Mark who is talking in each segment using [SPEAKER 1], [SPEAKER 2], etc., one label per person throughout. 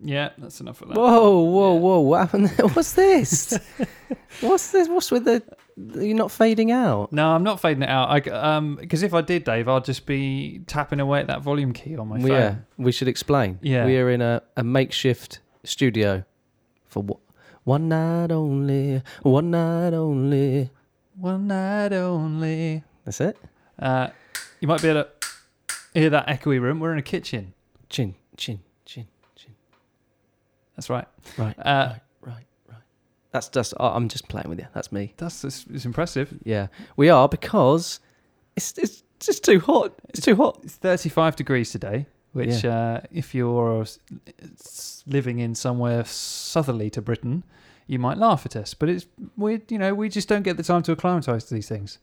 [SPEAKER 1] Yeah, that's enough of that.
[SPEAKER 2] Whoa, whoa, whoa! What happened? There? What's this? What's this? What's with the? You're not fading out.
[SPEAKER 1] No, I'm not fading it out. I, um, because if I did, Dave, I'd just be tapping away at that volume key on my phone.
[SPEAKER 2] Yeah, we should explain.
[SPEAKER 1] Yeah.
[SPEAKER 2] we are in a, a makeshift studio for wh- one night only. One night only.
[SPEAKER 1] One night only.
[SPEAKER 2] That's it.
[SPEAKER 1] Uh, you might be able to hear that echoey room. We're in a kitchen.
[SPEAKER 2] Chin, chin, chin, chin.
[SPEAKER 1] That's right.
[SPEAKER 2] Right,
[SPEAKER 1] Uh,
[SPEAKER 2] right, right, right. That's just. I- I'm just playing with you. That's me.
[SPEAKER 1] That's it's, it's impressive.
[SPEAKER 2] Yeah, we are because it's it's just too hot. It's too hot.
[SPEAKER 1] It's 35 degrees today, which, uh, if you're s- s- living in somewhere southerly to Britain, you might laugh at us. But it's we, you know, we just don't get the time to acclimatise to these things.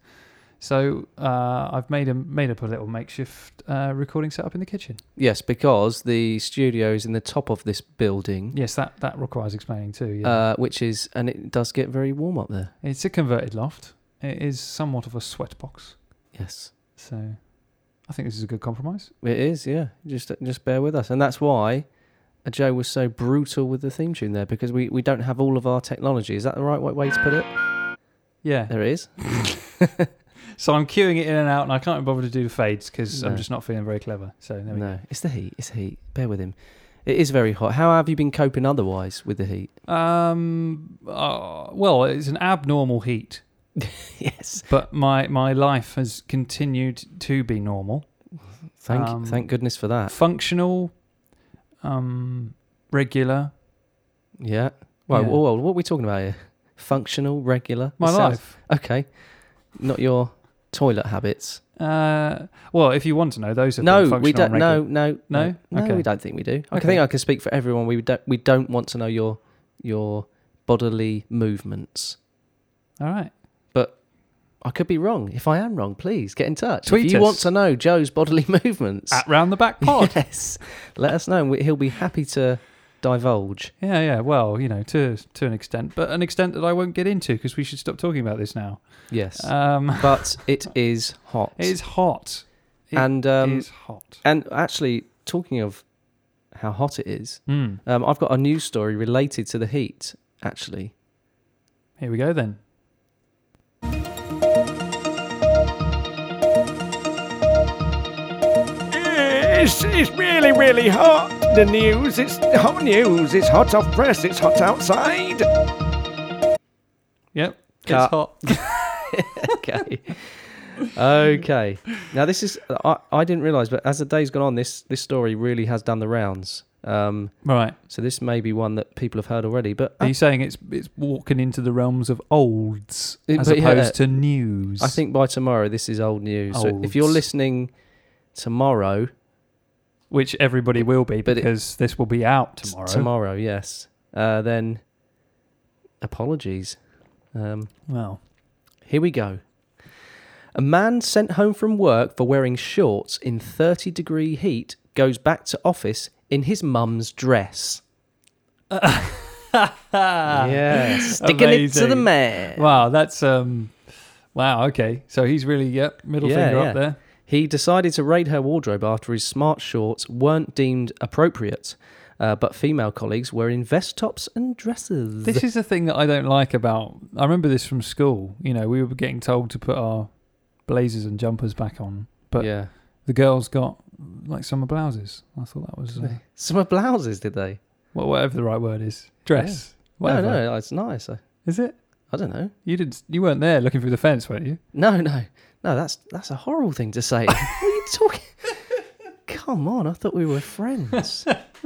[SPEAKER 1] So uh, I've made a made up a little makeshift uh, recording setup in the kitchen.
[SPEAKER 2] Yes, because the studio is in the top of this building,
[SPEAKER 1] Yes, that that requires explaining too. Yeah,
[SPEAKER 2] uh, which is, and it does get very warm up there.
[SPEAKER 1] it's a converted loft. It is somewhat of a sweat box.
[SPEAKER 2] Yes,
[SPEAKER 1] So I think this is a good compromise.
[SPEAKER 2] it is. Yeah, just just bear with us, and that's why uh, Joe was so brutal with the theme tune there because we we don't have all of our technology. Is that the right wa- way to put it?
[SPEAKER 1] Yeah.
[SPEAKER 2] There it is.
[SPEAKER 1] So I'm queuing it in and out, and I can't bother to do the fades because I'm
[SPEAKER 2] No.
[SPEAKER 1] just not feeling very clever. So there we go.
[SPEAKER 2] No, it's the heat. It's the heat. Bear with him. It is very hot. How have you been coping otherwise with the heat?
[SPEAKER 1] Um. Uh, well, it's an abnormal heat,
[SPEAKER 2] yes.
[SPEAKER 1] but my my life has continued to be normal,
[SPEAKER 2] Thank
[SPEAKER 1] Um,
[SPEAKER 2] thank goodness for that.
[SPEAKER 1] functional, um, regular.
[SPEAKER 2] Yeah. Well,
[SPEAKER 1] Yeah.
[SPEAKER 2] well, well, what are we talking about here? Functional, regular.
[SPEAKER 1] My
[SPEAKER 2] It sounds-
[SPEAKER 1] life.
[SPEAKER 2] Okay. Not your toilet habits.
[SPEAKER 1] Uh. Well, if you want to know, those are
[SPEAKER 2] No,
[SPEAKER 1] functional
[SPEAKER 2] we don't.
[SPEAKER 1] and regular.
[SPEAKER 2] No, no,
[SPEAKER 1] No?
[SPEAKER 2] no.
[SPEAKER 1] Okay.
[SPEAKER 2] we don't think we do. I
[SPEAKER 1] Okay.
[SPEAKER 2] think I can speak for everyone. We don't. We don't want to know your your bodily movements.
[SPEAKER 1] All right.
[SPEAKER 2] I could be wrong. If I am wrong, please get in touch.
[SPEAKER 1] Tweet
[SPEAKER 2] if you
[SPEAKER 1] us.
[SPEAKER 2] want to know Joe's bodily movements,
[SPEAKER 1] At round the back pod.
[SPEAKER 2] yes, let us know. We- He'll be happy to divulge.
[SPEAKER 1] Yeah, yeah. Well, you know, to to an extent, but an extent that I won't get into because we should stop talking about this now.
[SPEAKER 2] Yes,
[SPEAKER 1] Um,
[SPEAKER 2] but it is hot.
[SPEAKER 1] it is hot. It
[SPEAKER 2] and um,
[SPEAKER 1] it is hot.
[SPEAKER 2] And actually, talking of how hot it is,
[SPEAKER 1] Hmm.
[SPEAKER 2] um, I've got a news story related to the heat, actually.
[SPEAKER 1] Here we go then.
[SPEAKER 3] It's, it's really, really hot. The news, it's hot news. It's hot off press. It's hot outside.
[SPEAKER 1] Yep.
[SPEAKER 2] Cut.
[SPEAKER 1] It's hot.
[SPEAKER 2] Okay. okay. Now, this is, I, I didn't realise, but as the day's gone on, this, this story really has done the rounds. Um,
[SPEAKER 1] Right.
[SPEAKER 2] so this may be one that people have heard already, but
[SPEAKER 1] Are
[SPEAKER 2] I,
[SPEAKER 1] you saying it's it's walking into the realms of olds
[SPEAKER 2] It-
[SPEAKER 1] as
[SPEAKER 2] but
[SPEAKER 1] opposed
[SPEAKER 2] yeah, uh,
[SPEAKER 1] to news?
[SPEAKER 2] I think by tomorrow this is old news. So if you're
[SPEAKER 1] Olds.
[SPEAKER 2] listening tomorrow,
[SPEAKER 1] which everybody will be
[SPEAKER 2] But it-
[SPEAKER 1] because this will be out
[SPEAKER 2] t-
[SPEAKER 1] tomorrow.
[SPEAKER 2] tomorrow, yes, uh, then apologies. Um,
[SPEAKER 1] Well,
[SPEAKER 2] Here we go. A man sent home from work for wearing shorts in 30 degree heat goes back to office in his mum's dress. yes, sticking it to the
[SPEAKER 1] Amazing.
[SPEAKER 2] man.
[SPEAKER 1] wow, that's um, wow. Okay, so he's really yep, middle
[SPEAKER 2] Yeah,
[SPEAKER 1] finger
[SPEAKER 2] yeah.
[SPEAKER 1] up there.
[SPEAKER 2] He decided to raid her wardrobe after his smart shorts weren't deemed appropriate, uh, but female colleagues were in vest tops and dresses.
[SPEAKER 1] This is the thing that I don't like about. I remember this from school. You know, we were getting told to put our blazers and jumpers back on, but
[SPEAKER 2] yeah.
[SPEAKER 1] the girls got like summer blouses. I thought that was uh,
[SPEAKER 2] Summer blouses, did they?
[SPEAKER 1] well, whatever the right word is, dress.
[SPEAKER 2] No,
[SPEAKER 1] Whatever
[SPEAKER 2] no, it's nice. I,
[SPEAKER 1] is it?
[SPEAKER 2] I don't know.
[SPEAKER 1] You didn't. You weren't there looking through the fence, were you?
[SPEAKER 2] No, no, no. That's that's a horrible thing to say. what are you talking? Come on, I thought we were friends.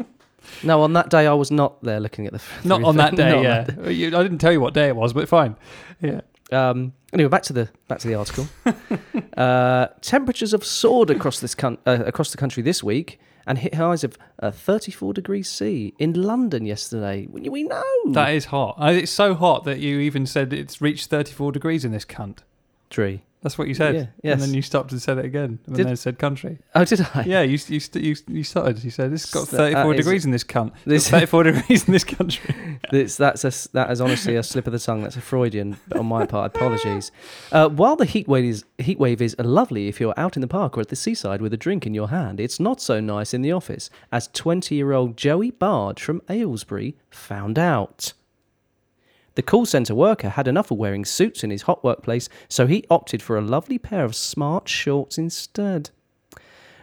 [SPEAKER 2] no, on that day I was not there looking at the.
[SPEAKER 1] Not on that day.
[SPEAKER 2] not on
[SPEAKER 1] yeah.
[SPEAKER 2] that
[SPEAKER 1] You- I didn't tell you what day it was, but fine. Yeah.
[SPEAKER 2] day. Um. Anyway, back to the back to the article. uh, temperatures have soared across this coun uh, across the country this week and hit highs of uh, 34 degrees C in London yesterday. We, we know
[SPEAKER 1] That is hot. I- It's so hot that you even said it's reached 34 degrees in this cunt.
[SPEAKER 2] Tree.
[SPEAKER 1] That's what you said.
[SPEAKER 2] Yeah,
[SPEAKER 1] And
[SPEAKER 2] yes.
[SPEAKER 1] then you stopped and said it again. And
[SPEAKER 2] Did-
[SPEAKER 1] then said country.
[SPEAKER 2] Oh, did I?
[SPEAKER 1] Yeah, you you, st- you you started. You said it's got
[SPEAKER 2] So, uh,
[SPEAKER 1] 34
[SPEAKER 2] is-
[SPEAKER 1] degrees in this cunt. There's
[SPEAKER 2] This-
[SPEAKER 1] 34 degrees in this country.
[SPEAKER 2] It's, that's a, that is honestly a slip of the tongue. That's a Freudian on my part. Apologies. Uh, while the heat wave, is, heat wave is lovely if you're out in the park or at the seaside with a drink in your hand, it's not so nice in the office, as 20 year old Joey Bard from Aylesbury found out. The call centre worker had enough of wearing suits in his hot workplace, so he opted for a lovely pair of smart shorts instead.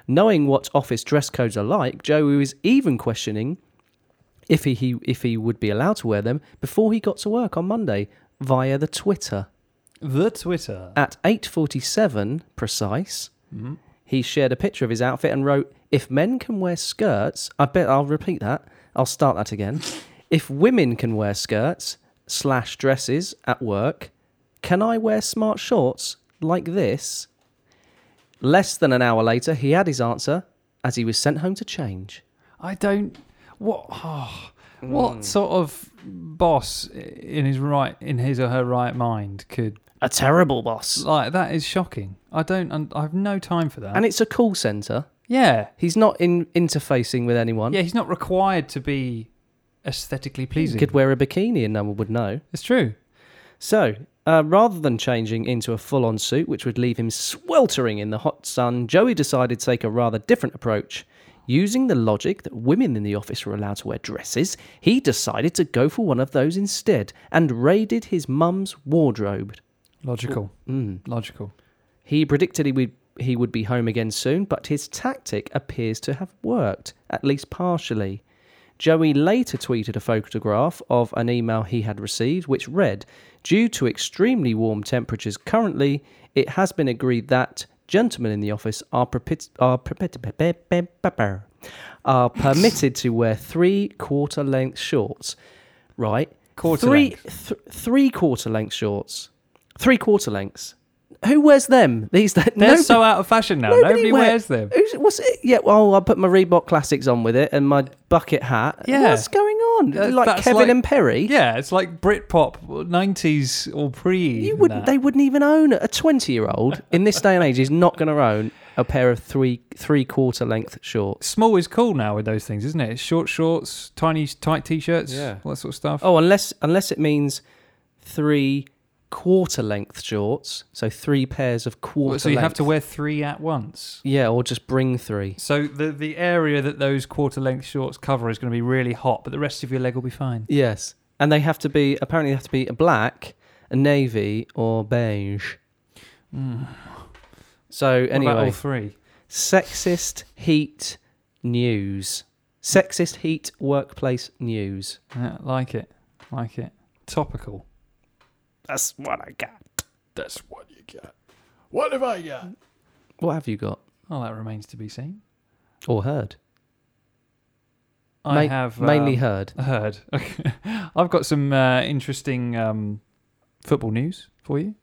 [SPEAKER 2] Knowing what office dress codes are like, Joey was even questioning if he, he if he would be allowed to wear them before he got to work on Monday via the Twitter.
[SPEAKER 1] The Twitter.
[SPEAKER 2] At 8:47 precise,
[SPEAKER 1] Mhm.
[SPEAKER 2] he shared a picture of his outfit and wrote, "If men can wear skirts, I bet I'll repeat that. I'll start that again. if women can wear skirts slash dresses at work, can I wear smart shorts like this?" Less than an hour later, he had his answer as he was sent home to change.
[SPEAKER 1] I don't. What? oh,
[SPEAKER 2] Hmm.
[SPEAKER 1] What sort of boss i- in his right, in his or her right mind, could
[SPEAKER 2] A terrible boss.
[SPEAKER 1] like that? Is shocking. I don't. un- I have no time for that.
[SPEAKER 2] And it's a call centre.
[SPEAKER 1] yeah,
[SPEAKER 2] He's not in interfacing with anyone.
[SPEAKER 1] yeah. He's not required to be aesthetically
[SPEAKER 2] he
[SPEAKER 1] pleasing.
[SPEAKER 2] could wear a bikini and no one would know.
[SPEAKER 1] It's true.
[SPEAKER 2] So, uh, rather than changing into a full on suit, which would leave him sweltering in the hot sun, Joey decided to take a rather different approach. Using the logic that women in the office were allowed to wear dresses, he decided to go for one of those instead and raided his mum's wardrobe.
[SPEAKER 1] Logical.
[SPEAKER 2] Mm.
[SPEAKER 1] Logical.
[SPEAKER 2] He predicted he would he would be home again soon, but his tactic appears to have worked, at least partially. Joey later tweeted a photograph of an email he had received, which read Due to extremely warm temperatures currently, it has been agreed that gentlemen in the office are, perpit- are, perpit- are permitted to wear three quarter length shorts. Right?
[SPEAKER 1] Quarter
[SPEAKER 2] three, th- three quarter length shorts. Three quarter lengths. Who wears them these days?
[SPEAKER 1] They're
[SPEAKER 2] Nobody-
[SPEAKER 1] so out of fashion now. Nobody,
[SPEAKER 2] wear-
[SPEAKER 1] wears them.
[SPEAKER 2] Who's, what's it? Yeah, well, I put my Reebok classics on with it and my bucket hat.
[SPEAKER 1] Yeah.
[SPEAKER 2] What's going on?
[SPEAKER 1] That-
[SPEAKER 2] like
[SPEAKER 1] that's
[SPEAKER 2] Kevin
[SPEAKER 1] like-
[SPEAKER 2] and Perry?
[SPEAKER 1] Yeah, it's like Britpop, or 90s or pre.
[SPEAKER 2] You
[SPEAKER 1] and
[SPEAKER 2] wouldn't.
[SPEAKER 1] that.
[SPEAKER 2] They wouldn't even own a twenty-year-old in this day and age is not going to own a pair of three three-quarter length shorts.
[SPEAKER 1] Small is cool now with those things, isn't it? It's short shorts, tiny tight t-shirts,
[SPEAKER 2] Yeah.
[SPEAKER 1] all that sort of stuff.
[SPEAKER 2] Oh, unless unless it means three quarter length shorts, so three pairs of quarter.
[SPEAKER 1] so you have to
[SPEAKER 2] length.
[SPEAKER 1] wear three at once.
[SPEAKER 2] Yeah, or just bring three.
[SPEAKER 1] So the the area that those quarter length shorts cover is going to be really hot, but the rest of your leg will be fine.
[SPEAKER 2] Yes, and they have to be apparently they have to be a black, a navy, or beige. So
[SPEAKER 1] Mm. What about all
[SPEAKER 2] anyway,
[SPEAKER 1] three.
[SPEAKER 2] sexist heat news. Sexist heat workplace news.
[SPEAKER 1] Yeah, like it, like it. Topical.
[SPEAKER 3] That's what I got. That's what you got. What have I got?
[SPEAKER 2] What have you got
[SPEAKER 1] Well, that remains to be seen.
[SPEAKER 2] or heard?
[SPEAKER 1] I
[SPEAKER 2] Ma-
[SPEAKER 1] have
[SPEAKER 2] mainly
[SPEAKER 1] um,
[SPEAKER 2] heard.
[SPEAKER 1] heard. Okay. I've got some uh, interesting um, football news for you.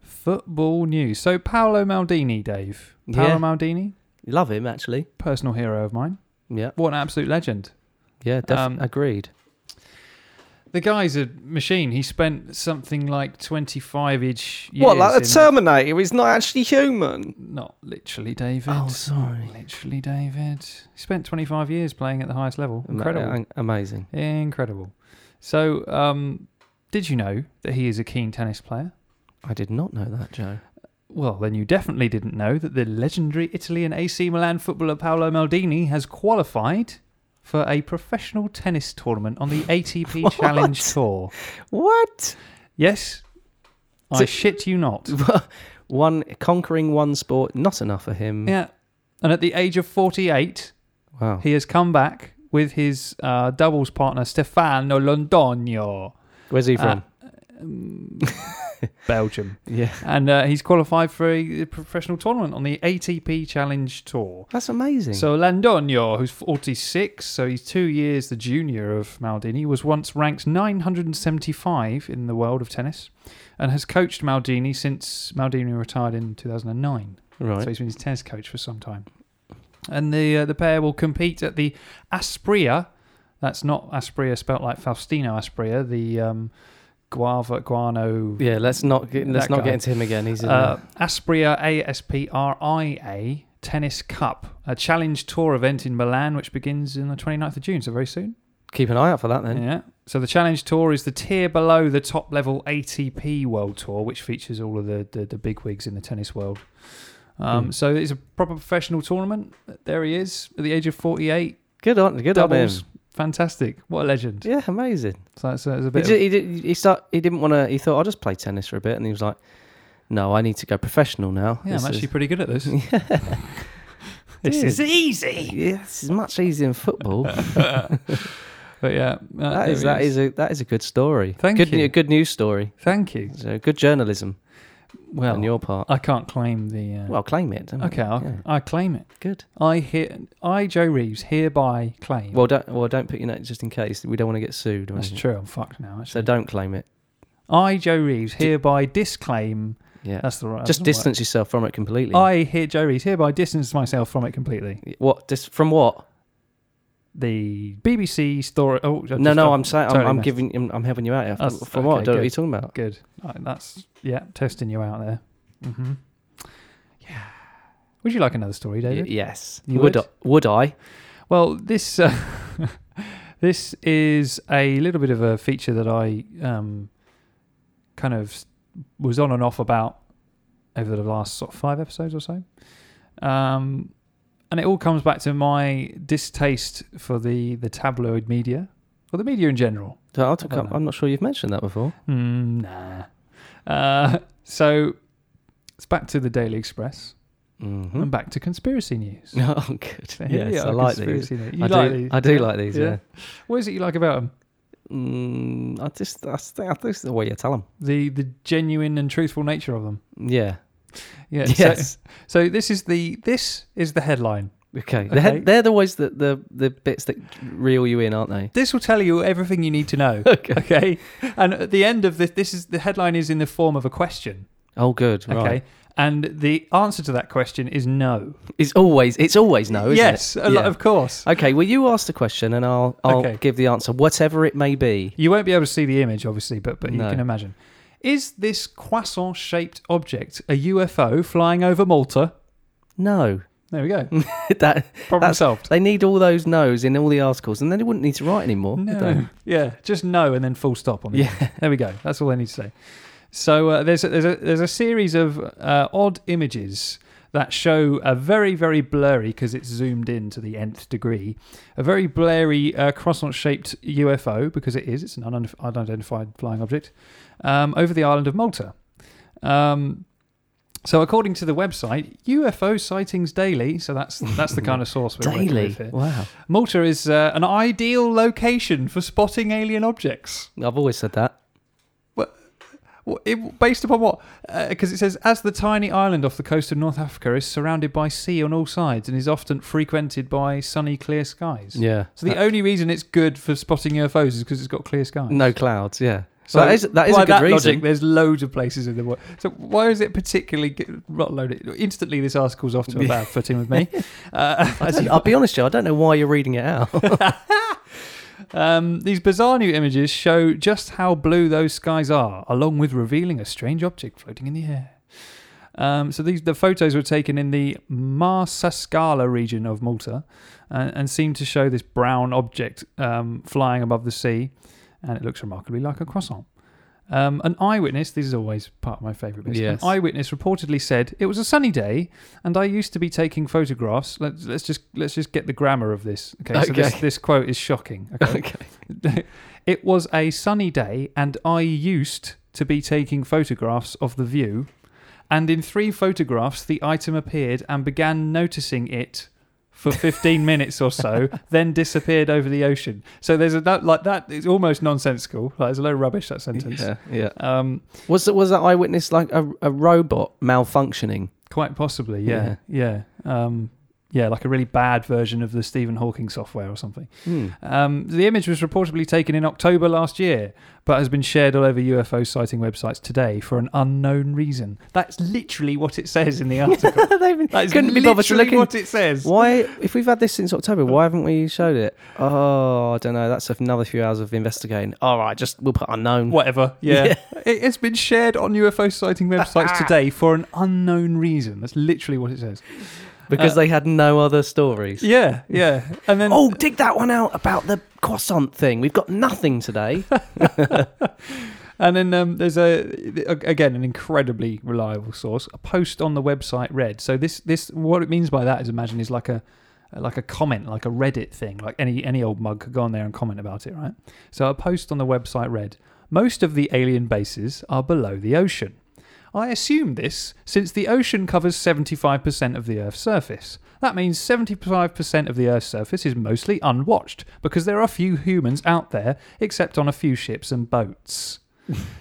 [SPEAKER 1] Football news. So Paolo Maldini, Dave. Paolo
[SPEAKER 2] Yeah.
[SPEAKER 1] Maldini,
[SPEAKER 2] Love him actually.
[SPEAKER 1] personal hero of mine.
[SPEAKER 2] Yeah,
[SPEAKER 1] What an absolute legend.
[SPEAKER 2] yeah, def-
[SPEAKER 1] Um,
[SPEAKER 2] agreed.
[SPEAKER 1] The guy's a machine. He spent something like 25 ish years.
[SPEAKER 3] What, like
[SPEAKER 1] in-
[SPEAKER 3] the Terminator? He's not actually human.
[SPEAKER 1] Not literally, David.
[SPEAKER 2] Oh, sorry.
[SPEAKER 1] Literally, David. He spent 25 years playing at the highest level.
[SPEAKER 2] Ama-
[SPEAKER 1] Incredible.
[SPEAKER 2] an- amazing.
[SPEAKER 1] Incredible. So, um, did you know that he is a keen tennis player?
[SPEAKER 2] I did not know that, Joe.
[SPEAKER 1] Well, then you definitely didn't know that the legendary Italian AC Milan footballer Paolo Maldini has qualified for a professional tennis tournament on the ATP Challenge Tour.
[SPEAKER 2] What?
[SPEAKER 1] Yes, I
[SPEAKER 2] So-
[SPEAKER 1] shit you not.
[SPEAKER 2] one conquering one sport, not enough for him.
[SPEAKER 1] Yeah. And at the age of 48,
[SPEAKER 2] Wow.
[SPEAKER 1] he has come back with his uh, doubles partner Stefano Londonio,
[SPEAKER 2] Where's he
[SPEAKER 1] Uh,
[SPEAKER 2] from?
[SPEAKER 1] Belgium.
[SPEAKER 2] yeah,
[SPEAKER 1] And uh, he's qualified for a professional tournament on the ATP Challenge Tour.
[SPEAKER 2] that's amazing.
[SPEAKER 1] So Landonio, who's 46, so he's two years the junior of Maldini, was once ranked 975 in the world of tennis, and has coached Maldini since Maldini retired in 2009.
[SPEAKER 2] right.
[SPEAKER 1] So he's been his tennis coach for some time. And the uh, the pair will compete at the Aspria. That's not Aspria spelt like Faustino Aspria, the um, guava, guano,
[SPEAKER 2] Yeah, let's not get, let's
[SPEAKER 1] That
[SPEAKER 2] not
[SPEAKER 1] guy.
[SPEAKER 2] get into him again. He's in
[SPEAKER 1] uh, Aspria A S P R I A Tennis Cup, a challenge tour event in Milan, which begins on the 29th of June, so very soon.
[SPEAKER 2] keep an eye out for that then.
[SPEAKER 1] Yeah. So the challenge tour is the tier below the top level ATP World Tour, which features all of the the, the big wigs in the tennis world. Um,
[SPEAKER 2] Hmm.
[SPEAKER 1] So it's a proper professional tournament. There he is at the age of 48.
[SPEAKER 2] Good on, good on him.
[SPEAKER 1] Doubles. Fantastic. What a legend.
[SPEAKER 2] Yeah, amazing.
[SPEAKER 1] So that's, that's a
[SPEAKER 2] He,
[SPEAKER 1] bit.
[SPEAKER 2] did, he, did, he start. He didn't want to. He thought I'll just play tennis for a bit, and he was like, "No, I need to go professional now."
[SPEAKER 1] of, yeah,
[SPEAKER 2] This
[SPEAKER 1] I'm actually
[SPEAKER 2] is-
[SPEAKER 1] pretty good at this.
[SPEAKER 2] This is
[SPEAKER 1] easy.
[SPEAKER 2] yeah, this is much easier than football.
[SPEAKER 1] But yeah, uh,
[SPEAKER 2] that is that is a that is a good story.
[SPEAKER 1] Thank
[SPEAKER 2] good,
[SPEAKER 1] you.
[SPEAKER 2] new- Good news story.
[SPEAKER 1] Thank you.
[SPEAKER 2] So good journalism
[SPEAKER 1] Well,
[SPEAKER 2] on your part.
[SPEAKER 1] I can't claim the. Uh,
[SPEAKER 2] well, claim it. don't we?
[SPEAKER 1] okay, I'll,
[SPEAKER 2] yeah.
[SPEAKER 1] I claim it.
[SPEAKER 2] good.
[SPEAKER 1] I hear, I Joe Reeves hereby claim.
[SPEAKER 2] Well, mm-hmm. don't well don't put your name just in case we don't want to get sued. Or
[SPEAKER 1] that's
[SPEAKER 2] anything.
[SPEAKER 1] true. I'm fucked now. Actually.
[SPEAKER 2] So don't claim it.
[SPEAKER 1] I, Joe Reeves, hereby disclaim.
[SPEAKER 2] Yeah,
[SPEAKER 1] That's the right. that's
[SPEAKER 2] just
[SPEAKER 1] the
[SPEAKER 2] distance yourself from it completely.
[SPEAKER 1] right. I, hear Joe Reeves, hereby distance myself from it completely.
[SPEAKER 2] what dis- from what?
[SPEAKER 1] The BBC story. Oh I
[SPEAKER 2] no,
[SPEAKER 1] just-
[SPEAKER 2] no, I'm saying
[SPEAKER 1] totally
[SPEAKER 2] I'm, I'm
[SPEAKER 1] messed.
[SPEAKER 2] giving I'm, I'm helping you out. here. From,
[SPEAKER 1] That's-
[SPEAKER 2] from what?
[SPEAKER 1] okay,
[SPEAKER 2] I don't know what
[SPEAKER 1] good.
[SPEAKER 2] you're talking about.
[SPEAKER 1] good. Uh, That's yeah, testing you out there. hmm Yeah. Would you like another story,
[SPEAKER 2] Y-
[SPEAKER 1] David?
[SPEAKER 2] yes.
[SPEAKER 1] You
[SPEAKER 2] would
[SPEAKER 1] would?
[SPEAKER 2] I, would I?
[SPEAKER 1] Well, this uh, this is a little bit of a feature that I um, kind of s- was on and off about over the last sort of five episodes or so, um, and it all comes back to my distaste for the the tabloid media or the media in general.
[SPEAKER 2] So I'll talk,
[SPEAKER 1] I don't
[SPEAKER 2] I'm,
[SPEAKER 1] know.
[SPEAKER 2] I'm not sure you've mentioned that before.
[SPEAKER 1] Mm, nah. Uh, so it's back to the Daily Express
[SPEAKER 2] Mm-hmm.
[SPEAKER 1] and back to conspiracy news.
[SPEAKER 2] oh, good.
[SPEAKER 1] So here we
[SPEAKER 2] Yes,
[SPEAKER 1] are,
[SPEAKER 2] I like these.
[SPEAKER 1] conspiracy news. You
[SPEAKER 2] I
[SPEAKER 1] like
[SPEAKER 2] do.
[SPEAKER 1] these?
[SPEAKER 2] I do
[SPEAKER 1] yeah?
[SPEAKER 2] like these.
[SPEAKER 1] Yeah.
[SPEAKER 2] Yeah.
[SPEAKER 1] What is it you like about them?
[SPEAKER 2] Mm, I just I think I think it's the way you tell them.
[SPEAKER 1] the the genuine and truthful nature of them.
[SPEAKER 2] Yeah.
[SPEAKER 1] Yeah. So,
[SPEAKER 2] yes.
[SPEAKER 1] so this is the this is the headline.
[SPEAKER 2] Okay.
[SPEAKER 1] Okay.
[SPEAKER 2] The head, they're the ways that the the bits that reel you in, aren't they?
[SPEAKER 1] This will tell you everything you need to know.
[SPEAKER 2] Okay.
[SPEAKER 1] Okay. And at the end of this, this is the headline is in the form of a question.
[SPEAKER 2] Oh, good.
[SPEAKER 1] Okay.
[SPEAKER 2] Right.
[SPEAKER 1] And the answer to that question is no.
[SPEAKER 2] It's always it's always no. Isn't
[SPEAKER 1] yes,
[SPEAKER 2] Oh, It?
[SPEAKER 1] a lot-
[SPEAKER 2] Yeah.
[SPEAKER 1] of course.
[SPEAKER 2] Okay. Well, you ask the question, and I'll I'll
[SPEAKER 1] Okay.
[SPEAKER 2] give the answer, whatever it may be.
[SPEAKER 1] You won't be able to see the image, obviously, but but
[SPEAKER 2] No.
[SPEAKER 1] you can imagine. Is this croissant-shaped object a UFO flying over Malta?
[SPEAKER 2] No.
[SPEAKER 1] There we go.
[SPEAKER 2] that
[SPEAKER 1] Problem
[SPEAKER 2] That's-
[SPEAKER 1] solved.
[SPEAKER 2] they need all those no's in all the articles, and then they wouldn't need to write anymore. would
[SPEAKER 1] No. Yeah, just no and then full stop on
[SPEAKER 2] they?
[SPEAKER 1] the
[SPEAKER 2] Yeah.
[SPEAKER 1] There we go. That's all I need to say. So uh, there's a, there's a there's a series of uh, odd images that show a very very blurry because it's zoomed in to the nth degree, a very blurry uh, croissant-shaped UFO because it is it's an unident- unidentified flying object um, over the island of Malta. Um, so according to the website UFO sightings daily, so that's that's the kind of source we're working
[SPEAKER 2] Daily.
[SPEAKER 1] with here.
[SPEAKER 2] Wow.
[SPEAKER 1] Malta is uh, an ideal location for spotting alien objects.
[SPEAKER 2] I've always said that.
[SPEAKER 1] Well, it, based upon what? Because it says, as the tiny island off the coast of North Africa is surrounded by sea on all sides and is often frequented by sunny, clear skies.
[SPEAKER 2] Yeah.
[SPEAKER 1] So the
[SPEAKER 2] That-
[SPEAKER 1] only reason it's good for spotting UFOs is because it's got clear skies.
[SPEAKER 2] no clouds. Yeah.
[SPEAKER 1] So
[SPEAKER 2] So that is that is
[SPEAKER 1] by
[SPEAKER 2] a good
[SPEAKER 1] that
[SPEAKER 2] reason.
[SPEAKER 1] logic, there's loads of places in the world. So why is it particularly good, not loaded? Instantly, this article's off to a bad footing with me. Uh,
[SPEAKER 2] I don't- I'll be honest, Joe. I don't know why you're reading it out.
[SPEAKER 1] Um, these bizarre new images show just how blue those skies are, along with revealing a strange object floating in the air. Um, so these the photos were taken in the Marsascala region of Malta, uh, and, and seem to show this brown object um, flying above the sea, and it looks remarkably like a croissant. Um, an eyewitness, this is always part of my favourite bits.
[SPEAKER 2] Yes.
[SPEAKER 1] An eyewitness reportedly said, "It was a sunny day, and I used to be taking photographs." Let's, let's just let's just get the grammar of this. Okay, so this,
[SPEAKER 2] Okay.
[SPEAKER 1] this quote is shocking. Okay,
[SPEAKER 2] okay.
[SPEAKER 1] it was a sunny day, and I used to be taking photographs of the view. And in three photographs, the item appeared and began noticing it for 15 minutes or so, then disappeared over the ocean. So there's a that like that is almost nonsensical. Like, there's a lot of rubbish that sentence.
[SPEAKER 2] Yeah. Yeah.
[SPEAKER 1] Um,
[SPEAKER 2] Was that was that eyewitness like a, a robot malfunctioning?
[SPEAKER 1] quite possibly, yeah, yeah. Um, Yeah, like a really bad version of the Stephen Hawking software or something.
[SPEAKER 2] Hmm.
[SPEAKER 1] Um, the image was reportedly taken in October last year, but has been shared all over UFO sighting websites today for an unknown reason. That's literally what it says in the article. That is
[SPEAKER 2] couldn't be bothered to
[SPEAKER 1] literally
[SPEAKER 2] look in-
[SPEAKER 1] what it says.
[SPEAKER 2] Why, if we've had this since October, why haven't we showed it? Oh, I don't know. That's another few hours of investigating. All right, just we'll put unknown.
[SPEAKER 1] Whatever. Yeah. It, it's been shared on UFO sighting websites today for an unknown reason. That's literally what it says.
[SPEAKER 2] because
[SPEAKER 1] Uh,
[SPEAKER 2] they had no other stories.
[SPEAKER 1] Yeah, yeah. And then
[SPEAKER 2] Oh, dig that one out about the croissant thing. We've got nothing today.
[SPEAKER 1] And then um, there's a again an incredibly reliable source. A post on the website read. So this this what it means by that is imagine is like a uh, like a comment, like a Reddit thing. Like any any old mug could go on there and comment about it, right? So a post on the website read: Most of the alien bases are below the ocean. I assume this since the ocean covers 75% of the Earth's surface. That means 75% of the Earth's surface is mostly unwatched because there are few humans out there except on a few ships and boats.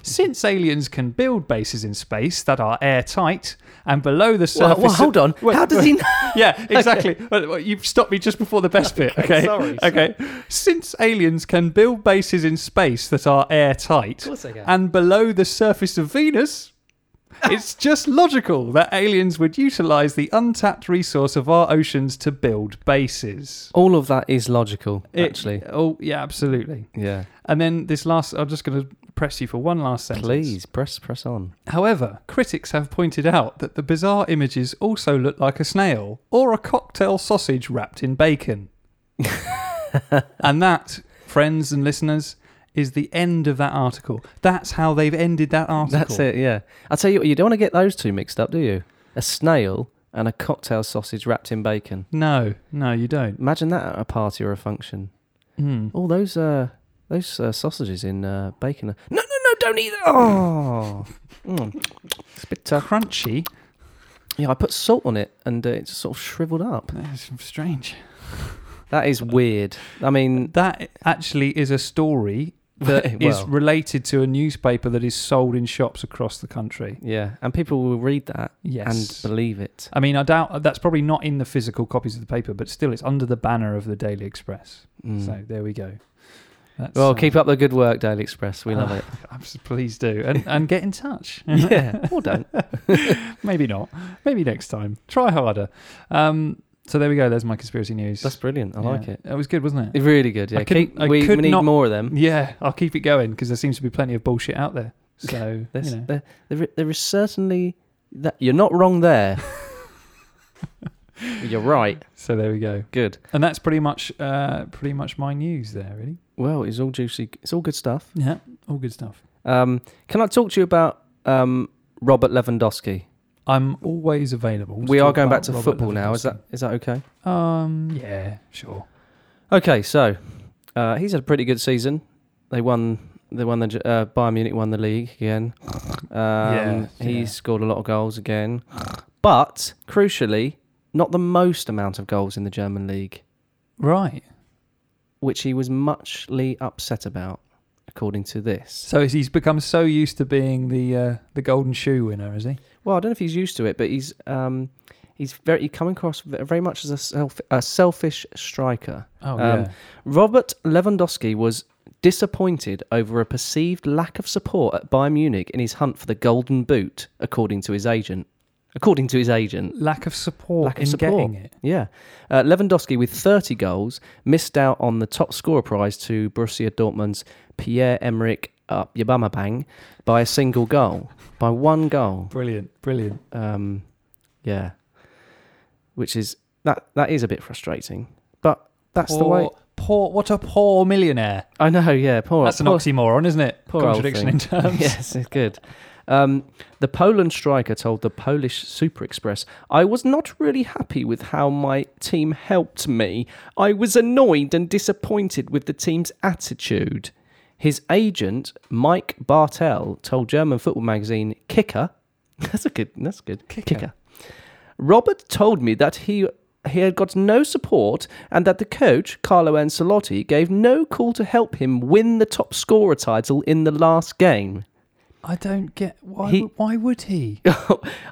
[SPEAKER 1] Since aliens can build bases in space that are airtight and below the
[SPEAKER 2] well,
[SPEAKER 1] surface.
[SPEAKER 2] well, hold on.
[SPEAKER 1] Wait,
[SPEAKER 2] How does
[SPEAKER 1] wait.
[SPEAKER 2] he know?
[SPEAKER 1] Yeah, exactly. Well, well, You've stopped me just before the best bit. Okay.
[SPEAKER 2] sorry,
[SPEAKER 1] Okay. Since aliens can build bases in space that are airtight
[SPEAKER 2] course they can.
[SPEAKER 1] and below the surface of Venus, it's just logical that aliens would utilize the untapped resource of our oceans to build bases.
[SPEAKER 2] All of that is logical,
[SPEAKER 1] It-
[SPEAKER 2] actually.
[SPEAKER 1] oh yeah, absolutely.
[SPEAKER 2] Yeah.
[SPEAKER 1] And then this last, I'm just going to press you for one last sentence.
[SPEAKER 2] Please press press on.
[SPEAKER 1] However, critics have pointed out that the bizarre images also look like a snail or a cocktail sausage wrapped in bacon. and that, friends and listeners, is the end of that article. That's how they've ended that article.
[SPEAKER 2] That's it. Yeah. I tell you what, you don't want to get those two mixed up, do you? A snail and a cocktail sausage wrapped in bacon.
[SPEAKER 1] No, no, you don't.
[SPEAKER 2] Imagine that at a party or a function.
[SPEAKER 1] Mm.
[SPEAKER 2] Oh, those uh, those uh, sausages in uh, bacon. Are... No, no, no! Don't eat that. Oh, mm. it's a bit tough.
[SPEAKER 1] Crunchy.
[SPEAKER 2] Yeah, I put salt on it, and uh, it's sort of shriveled up.
[SPEAKER 1] That's strange.
[SPEAKER 2] That is weird. I mean,
[SPEAKER 1] That actually is a story that is
[SPEAKER 2] Well.
[SPEAKER 1] related to a newspaper that is sold in shops across the country.
[SPEAKER 2] yeah, and people will read that
[SPEAKER 1] Yes.
[SPEAKER 2] and believe it.
[SPEAKER 1] I mean, I doubt that's probably not in the physical copies of the paper, but still, it's under the banner of the Daily Express.
[SPEAKER 2] Mm.
[SPEAKER 1] So there we go. That's,
[SPEAKER 2] well,
[SPEAKER 1] uh,
[SPEAKER 2] keep up the good work, Daily Express. We love it.
[SPEAKER 1] I'm s- please do, and and get in touch.
[SPEAKER 2] yeah, or don't.
[SPEAKER 1] Maybe not. Maybe next time. Try harder. Um, so there we go. There's my conspiracy news.
[SPEAKER 2] That's brilliant. I
[SPEAKER 1] Yeah.
[SPEAKER 2] like it.
[SPEAKER 1] It was good, wasn't it?
[SPEAKER 2] It's really good.
[SPEAKER 1] I
[SPEAKER 2] Yeah,
[SPEAKER 1] couldn't-
[SPEAKER 2] keep,
[SPEAKER 1] I
[SPEAKER 2] we, we
[SPEAKER 1] could
[SPEAKER 2] need
[SPEAKER 1] not-
[SPEAKER 2] more of them.
[SPEAKER 1] Yeah, I'll keep it going because there seems to be plenty of bullshit out there. So you
[SPEAKER 2] There's,
[SPEAKER 1] know.
[SPEAKER 2] there, there, there is certainly that you're not wrong there. you're right.
[SPEAKER 1] so there we go.
[SPEAKER 2] Good.
[SPEAKER 1] And that's pretty much uh, pretty much my news there. Really.
[SPEAKER 2] Well, it's all juicy. It's all good stuff.
[SPEAKER 1] Yeah. All good stuff.
[SPEAKER 2] Um, can I talk to you about um, Robert Lewandowski?
[SPEAKER 1] I'm always available.
[SPEAKER 2] we
[SPEAKER 1] talk
[SPEAKER 2] are going back
[SPEAKER 1] about
[SPEAKER 2] to
[SPEAKER 1] Robert
[SPEAKER 2] football now. Is
[SPEAKER 1] Lewandowski.
[SPEAKER 2] that is that okay?
[SPEAKER 1] Um, yeah, sure.
[SPEAKER 2] Okay, so uh, he's had a pretty good season. They won. They won the uh, Bayern Munich won the league again. Um,
[SPEAKER 1] Yeah,
[SPEAKER 2] he
[SPEAKER 1] yeah.
[SPEAKER 2] scored a lot of goals again, but crucially, not the most amount of goals in the German league,
[SPEAKER 1] Right.
[SPEAKER 2] which he was muchly upset about, according to this.
[SPEAKER 1] So he's become so used to being the uh, the golden shoe winner, is he?
[SPEAKER 2] Well, I don't know if he's used to it, but he's um, he's very he come across very much as a, self, a selfish striker.
[SPEAKER 1] Oh
[SPEAKER 2] Um, Robert Lewandowski was disappointed over a perceived lack of support at Bayern Munich in his hunt for the Golden Boot, according to his agent. According to his agent,
[SPEAKER 1] Lack of support
[SPEAKER 2] Lack of
[SPEAKER 1] in
[SPEAKER 2] support.
[SPEAKER 1] getting it.
[SPEAKER 2] yeah, uh, Lewandowski with 30 goals missed out on the top scorer prize to Borussia Dortmund's Pierre Emerick uh, Bang by a single goal, by one goal.
[SPEAKER 1] Brilliant, brilliant.
[SPEAKER 2] Um, yeah, which is that that is a bit frustrating, but that's
[SPEAKER 1] poor,
[SPEAKER 2] the way.
[SPEAKER 1] Poor, what a poor millionaire.
[SPEAKER 2] I know, yeah. Poor,
[SPEAKER 1] That's an
[SPEAKER 2] poor-
[SPEAKER 1] oxymoron, isn't it?
[SPEAKER 2] poor old
[SPEAKER 1] Contradiction
[SPEAKER 2] thing.
[SPEAKER 1] in terms.
[SPEAKER 2] yes, it's good. Um, the Poland striker told the Polish Super Express, I was not really happy with how my team helped me. I was annoyed and disappointed with the team's attitude. His agent, Mike Bartel, told German football magazine Kicker, that's a good, that's good,
[SPEAKER 1] Kicker.
[SPEAKER 2] Robert told me that he he had got no support and that the coach, Carlo Ancelotti, gave no call to help him win the top scorer title in the last game.
[SPEAKER 1] I don't get why.
[SPEAKER 2] He-
[SPEAKER 1] would- why would he?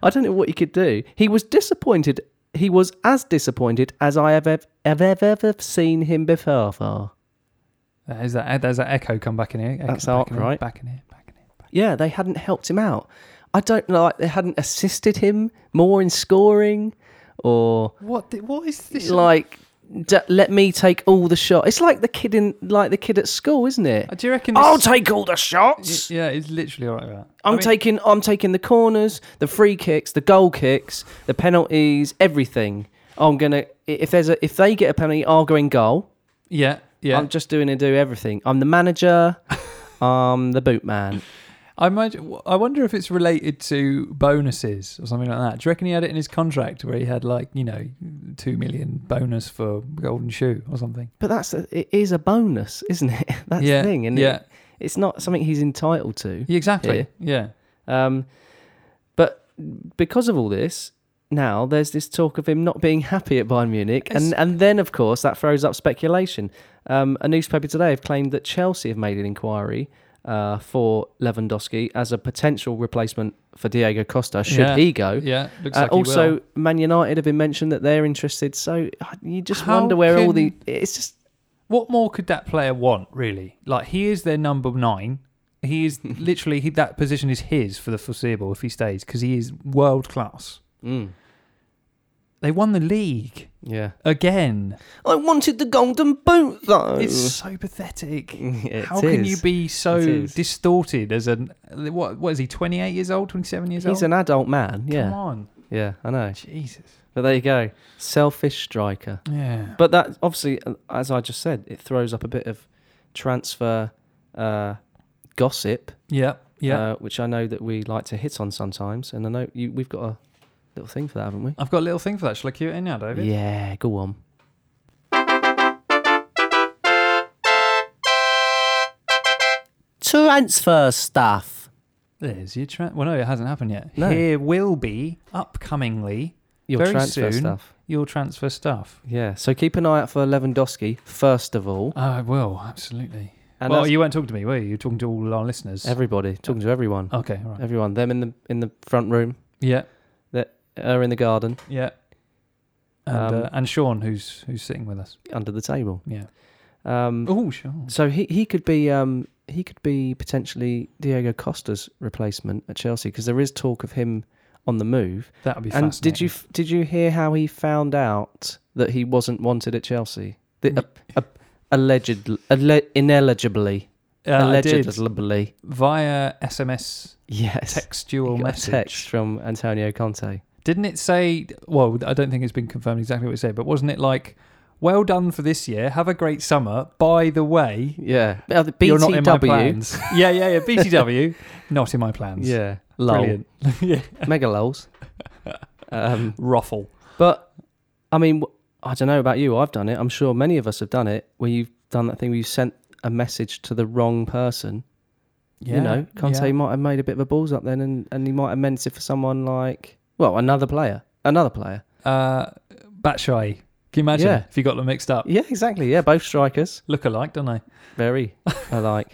[SPEAKER 2] I don't know what he could do. He was disappointed he was as disappointed as I have ever, have ever, ever seen him before. For.
[SPEAKER 1] That is that. There's that echo come back in here. Echo
[SPEAKER 2] That's
[SPEAKER 1] back
[SPEAKER 2] art,
[SPEAKER 1] in here,
[SPEAKER 2] right?
[SPEAKER 1] Back in here. Back in here. Back.
[SPEAKER 2] Yeah, they hadn't helped him out. I don't know, like they hadn't assisted him more in scoring or
[SPEAKER 1] What? the- What is this?
[SPEAKER 2] like d- let me take all the shot. It's like the kid in like the kid at school, isn't it?
[SPEAKER 1] Uh, do you reckon?
[SPEAKER 2] I'll
[SPEAKER 1] This,
[SPEAKER 2] take all the shots.
[SPEAKER 1] yeah, it's literally all right. With that.
[SPEAKER 2] I'm taking I'm taking the corners, the free kicks, the goal kicks, the penalties, everything. I'm gonna if there's a if they get a penalty, I'll go in goal.
[SPEAKER 1] Yeah, yeah.
[SPEAKER 2] I'm just doing and do everything. I'm the manager. I'm the boot man.
[SPEAKER 1] I imagine. I wonder if it's related to bonuses or something like that. Do you reckon he had it in his contract where he had like you know two million bonus for golden shoe or something?
[SPEAKER 2] But that's a, it is a bonus, isn't it? That's
[SPEAKER 1] yeah,
[SPEAKER 2] the thing, and it-
[SPEAKER 1] yeah,
[SPEAKER 2] it's not something he's entitled to.
[SPEAKER 1] Yeah, exactly. Yeah.
[SPEAKER 2] Um, but because of all this, now there's this talk of him not being happy at Bayern Munich, and and then of course that throws up speculation. Um, a newspaper today have claimed that Chelsea have made an inquiry uh, for Lewandowski as a potential replacement for Diego Costa should
[SPEAKER 1] Yeah.
[SPEAKER 2] he go.
[SPEAKER 1] yeah, Looks
[SPEAKER 2] Uh,
[SPEAKER 1] like he
[SPEAKER 2] also,
[SPEAKER 1] will.
[SPEAKER 2] Man United have been mentioned that they're interested. So uh, you just
[SPEAKER 1] How
[SPEAKER 2] wonder where all the
[SPEAKER 1] can-
[SPEAKER 2] it's just
[SPEAKER 1] what more could that player want really? Like he is their number nine. He is literally he, that position is his for the foreseeable if he stays because he is world class. They won the league
[SPEAKER 2] yeah.
[SPEAKER 1] again.
[SPEAKER 2] I wanted the golden boot though.
[SPEAKER 1] It's so pathetic.
[SPEAKER 2] It
[SPEAKER 1] How can you
[SPEAKER 2] is.
[SPEAKER 1] be so
[SPEAKER 2] It is.
[SPEAKER 1] distorted as an what? What is he? Twenty eight years old? Twenty seven years
[SPEAKER 2] He's
[SPEAKER 1] old?
[SPEAKER 2] an adult man.
[SPEAKER 1] Come
[SPEAKER 2] Yeah,
[SPEAKER 1] on,
[SPEAKER 2] yeah, I know.
[SPEAKER 1] Jesus.
[SPEAKER 2] But there you go, selfish striker.
[SPEAKER 1] Yeah.
[SPEAKER 2] But that obviously, uh, as I just said, it throws up a bit of transfer uh, gossip,
[SPEAKER 1] Yeah. Yeah.
[SPEAKER 2] uh, which I know that we like to hit on sometimes. And I know you, we've got a little thing for that, haven't we?
[SPEAKER 1] I've got a little thing for that. Shall I cue it in now, David?
[SPEAKER 2] Yeah, go on. Transfer stuff.
[SPEAKER 1] There's your tra- Well, no, it hasn't happened yet.
[SPEAKER 2] No.
[SPEAKER 1] Here will be upcomingly
[SPEAKER 2] Your
[SPEAKER 1] very
[SPEAKER 2] transfer
[SPEAKER 1] soon,
[SPEAKER 2] stuff.
[SPEAKER 1] Your transfer stuff.
[SPEAKER 2] Yeah, so keep an eye out for Lewandowski first of all.
[SPEAKER 1] I will absolutely.
[SPEAKER 2] And
[SPEAKER 1] well,
[SPEAKER 2] as-
[SPEAKER 1] you weren't talking to me, were you? You're talking to all our listeners.
[SPEAKER 2] Everybody talking to everyone,
[SPEAKER 1] okay. All right.
[SPEAKER 2] everyone. Them in the in the front room,
[SPEAKER 1] Yeah.
[SPEAKER 2] that are in the garden
[SPEAKER 1] Yeah. And,
[SPEAKER 2] Um,
[SPEAKER 1] uh, and Sean, who's who's sitting with us.
[SPEAKER 2] under the table.
[SPEAKER 1] Yeah.
[SPEAKER 2] Um,
[SPEAKER 1] Oh, Sean.
[SPEAKER 2] So he, he could be um, he could be potentially Diego Costa's replacement at Chelsea because there is talk of him on the move.
[SPEAKER 1] That would be
[SPEAKER 2] and
[SPEAKER 1] fascinating.
[SPEAKER 2] did you f- did you hear how he found out that he wasn't wanted at Chelsea? The,
[SPEAKER 1] Ye-
[SPEAKER 2] a- a- alleged alle- ineligibly
[SPEAKER 1] Uh, I did.
[SPEAKER 2] allegedly
[SPEAKER 1] via SMS
[SPEAKER 2] yes.
[SPEAKER 1] textual
[SPEAKER 2] He got a
[SPEAKER 1] message.
[SPEAKER 2] text from Antonio Conte.
[SPEAKER 1] Didn't it say? Well, I don't think it's been confirmed exactly what it said, but wasn't it like, "Well done for this year. Have a great summer. By the way,
[SPEAKER 2] Yeah, Uh, the
[SPEAKER 1] you're not in my
[SPEAKER 2] BTW.
[SPEAKER 1] plans." yeah, yeah, yeah. BTW, not in my plans.
[SPEAKER 2] Yeah, lol.
[SPEAKER 1] brilliant. yeah,
[SPEAKER 2] mega lols. um,
[SPEAKER 1] ruffle.
[SPEAKER 2] But I mean, w- I don't know about you. I've done it. I'm sure many of us have done it. Where you've done that thing where you sent a message to the wrong person.
[SPEAKER 1] Yeah,
[SPEAKER 2] you know, Conte
[SPEAKER 1] yeah.
[SPEAKER 2] might have made a bit of a balls up then, and, and he might have meant it for someone like well, another player, another player.
[SPEAKER 1] Uh, Batshuayi. Can you imagine
[SPEAKER 2] Yeah.
[SPEAKER 1] if you got them mixed up?
[SPEAKER 2] Yeah, exactly. Yeah, both strikers,
[SPEAKER 1] Look alike, don't they?
[SPEAKER 2] very alike.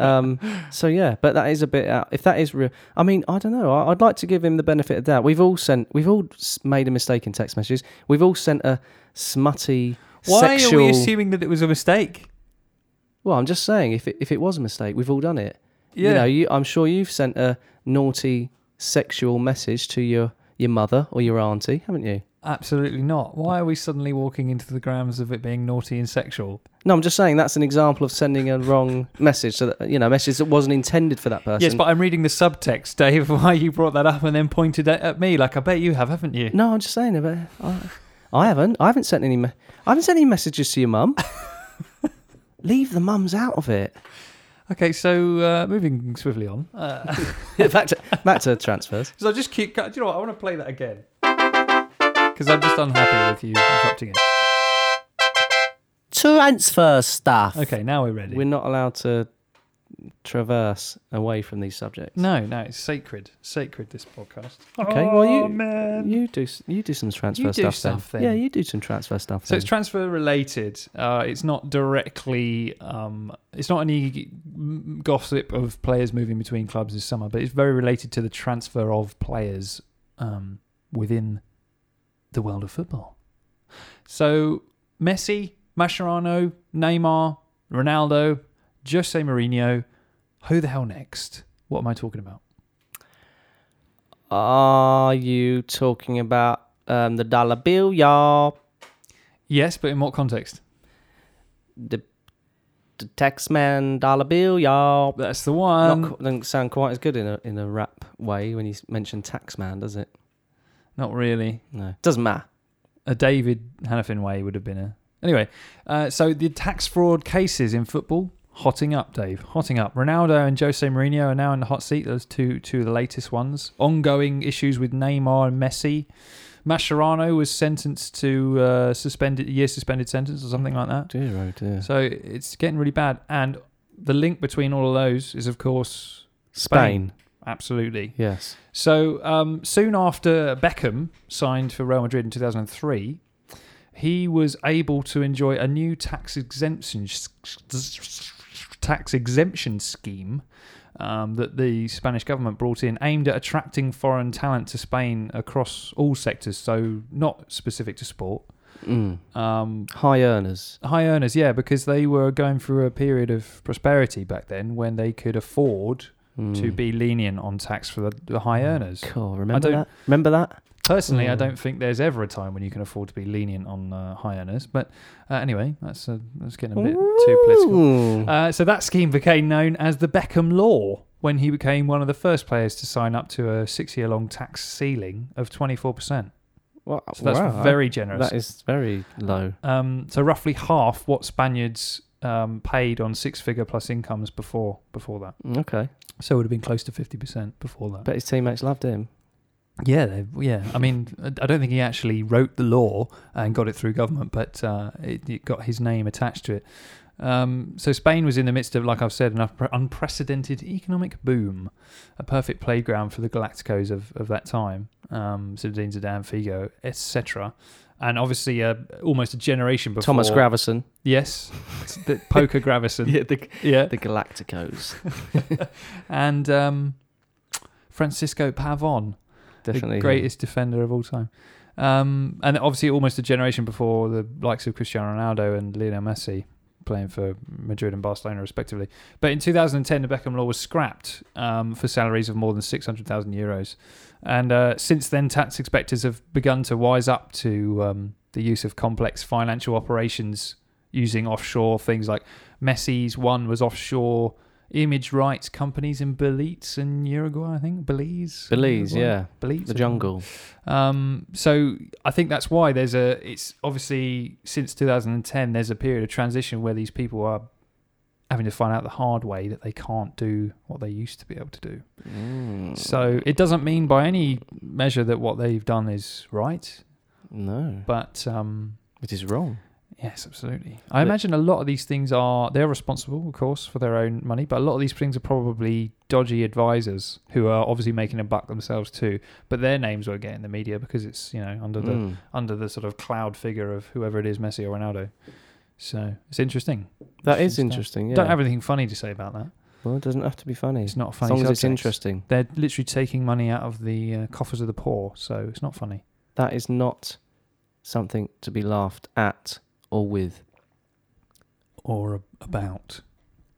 [SPEAKER 2] um, so yeah, but that is a bit. Out. If that is real, I mean, I don't know. I, I'd like to give him the benefit of doubt. We've all sent, we've all s- made a mistake in text messages. We've all sent a smutty.
[SPEAKER 1] Why
[SPEAKER 2] sexual...
[SPEAKER 1] are we assuming that it was a mistake?
[SPEAKER 2] Well, I'm just saying, if it, if it was a mistake, we've all done it.
[SPEAKER 1] Yeah.
[SPEAKER 2] You know, you, I'm sure you've sent a naughty sexual message to your, your mother or your auntie, haven't you?
[SPEAKER 1] Absolutely not. Why are we suddenly walking into the grounds of it being naughty and sexual?
[SPEAKER 2] No, I'm just saying that's an example of sending a wrong message. So that, you know, a message that wasn't intended for that person.
[SPEAKER 1] Yes, but I'm reading the subtext, Dave. Why you brought that up and then pointed at, at me? Like I bet you have, haven't you?
[SPEAKER 2] No, I'm just saying. About, I, I haven't. I haven't sent any. Me- I haven't sent any messages to your mum. Leave the mums out of it.
[SPEAKER 1] Okay, so uh, moving swiftly on. Uh,
[SPEAKER 2] back to back to transfers.
[SPEAKER 1] so I just keep. Do you know what? I want to play that again because I'm just unhappy with you interrupting it.
[SPEAKER 2] Transfer stuff.
[SPEAKER 1] Okay, now we're ready.
[SPEAKER 2] We're not allowed to traverse away from these subjects.
[SPEAKER 1] no, no, it's sacred, sacred. This podcast.
[SPEAKER 2] Okay, well,
[SPEAKER 1] Oh,
[SPEAKER 2] you-
[SPEAKER 1] man.
[SPEAKER 2] You do s- you do some transfer
[SPEAKER 1] You do
[SPEAKER 2] stuff,
[SPEAKER 1] stuff then.
[SPEAKER 2] Yeah, you do some transfer stuff.
[SPEAKER 1] So it's
[SPEAKER 2] then.
[SPEAKER 1] transfer related. Uh, it's not directly. Um, it's not any mm, gossip of players moving between clubs this summer, but it's very related to the transfer of players um, within the world of football. So Messi, Mascherano, Neymar, Ronaldo, Jose Mourinho, who the hell next? What am I talking about?
[SPEAKER 2] Are you talking about um, the dollar bill, y'all?
[SPEAKER 1] Yes, but in what context?
[SPEAKER 2] The, the tax man dollar bill, y'all?
[SPEAKER 1] That's the
[SPEAKER 2] Not
[SPEAKER 1] one.
[SPEAKER 2] qu- doesn't sound quite as good in a in a rap way when you s- mention tax man, does it?
[SPEAKER 1] Not really.
[SPEAKER 2] No, doesn't matter.
[SPEAKER 1] a David Hannafin way would have been a. Anyway, uh, so the tax fraud cases in football hotting up, Dave. Hotting up. Ronaldo and Jose Mourinho are now in the hot seat. Those two, two of the latest ones. Ongoing issues with Neymar and Messi. Mascherano was sentenced to uh, suspended a year suspended sentence or something like that.
[SPEAKER 2] Dear, oh dear.
[SPEAKER 1] So it's getting really bad. And the link between all of those is, of course,
[SPEAKER 2] Spain.
[SPEAKER 1] absolutely.
[SPEAKER 2] Yes.
[SPEAKER 1] So um, soon after Beckham signed for Real Madrid in 2003, he was able to enjoy a new tax exemption tax exemption scheme um, that the Spanish government brought in, aimed at attracting foreign talent to Spain across all sectors. So not specific to sport.
[SPEAKER 2] Mm.
[SPEAKER 1] Um,
[SPEAKER 2] High earners.
[SPEAKER 1] high earners, yeah, because they were going through a period of prosperity back then when they could afford to
[SPEAKER 2] Mm.
[SPEAKER 1] be lenient on tax for the, the high earners.
[SPEAKER 2] Cool. Remember
[SPEAKER 1] don't-
[SPEAKER 2] that? Remember that?
[SPEAKER 1] Personally, I
[SPEAKER 2] Mm.
[SPEAKER 1] don't think there's ever a time when you can afford to be lenient on uh, high earners. But uh, anyway, that's uh, that's getting a bit too political.
[SPEAKER 2] Ooh.
[SPEAKER 1] Uh, so that scheme became known as the Beckham Law when he became one of the first players to sign up to a six-year-long tax ceiling of 24%.
[SPEAKER 2] Wow,
[SPEAKER 1] So that's
[SPEAKER 2] wow.
[SPEAKER 1] very generous.
[SPEAKER 2] That is very low.
[SPEAKER 1] um, so roughly half what Spaniards um, paid on six-figure plus incomes before before that.
[SPEAKER 2] Okay.
[SPEAKER 1] So it would have been close to 50% before that.
[SPEAKER 2] Bet his teammates loved him.
[SPEAKER 1] Yeah, they, yeah. I mean, I I don't think he actually wrote the law and got it through government, but uh, it, it got his name attached to it. Um, so Spain was in the midst of, like I've said, an unpre- unprecedented economic boom, a perfect playground for the Galacticos of, of that time, um, Zinedine Zidane, Figo, etc. And obviously, uh, almost a generation before
[SPEAKER 2] Thomas Gravison.
[SPEAKER 1] yes, the poker Gravison, yeah,
[SPEAKER 2] the,
[SPEAKER 1] yeah.
[SPEAKER 2] the Galacticos.
[SPEAKER 1] and um, Francisco Pavon,
[SPEAKER 2] Definitely.
[SPEAKER 1] the greatest defender of all time. Um, and obviously, almost a generation before the likes of Cristiano Ronaldo and Lionel Messi playing for Madrid and Barcelona, respectively. But in 2010, the Beckham Law was scrapped um, for salaries of more than 600,000 euros. And uh, since then, tax inspectors have begun to wise up to um, the use of complex financial operations using offshore things like Messi's one was offshore image rights companies in Belize and Uruguay, I think. Belize?
[SPEAKER 2] Belize,
[SPEAKER 1] Uruguay?
[SPEAKER 2] yeah.
[SPEAKER 1] Belize.
[SPEAKER 2] The
[SPEAKER 1] I think.
[SPEAKER 2] jungle.
[SPEAKER 1] Um, so I think that's why there's a. It's obviously since 2010 there's a period of transition where these people are having to find out the hard way that they can't do what they used to be able to do.
[SPEAKER 2] Mm.
[SPEAKER 1] hmm. So it doesn't mean by any measure that what they've done is right,
[SPEAKER 2] No.
[SPEAKER 1] but um,
[SPEAKER 2] It is wrong.
[SPEAKER 1] yes, absolutely. I imagine a lot of these things are they're responsible, of course, for their own money, but a lot of these things are probably dodgy advisors who are obviously making a buck themselves too. But their names won't get in the media because it's you know under the
[SPEAKER 2] Mm.
[SPEAKER 1] under the sort of cloud figure of whoever it is, Messi or Ronaldo. So it's interesting.
[SPEAKER 2] That is
[SPEAKER 1] Interesting stuff.
[SPEAKER 2] interesting. Yeah.
[SPEAKER 1] Don't have anything funny to say about that.
[SPEAKER 2] well, it doesn't have to be funny.
[SPEAKER 1] It's not a funny.
[SPEAKER 2] As long as it's
[SPEAKER 1] subject.
[SPEAKER 2] interesting.
[SPEAKER 1] They're literally taking money out of the uh, coffers of the poor, so it's not funny.
[SPEAKER 2] That is not something to be laughed at or with.
[SPEAKER 1] Or ab- about.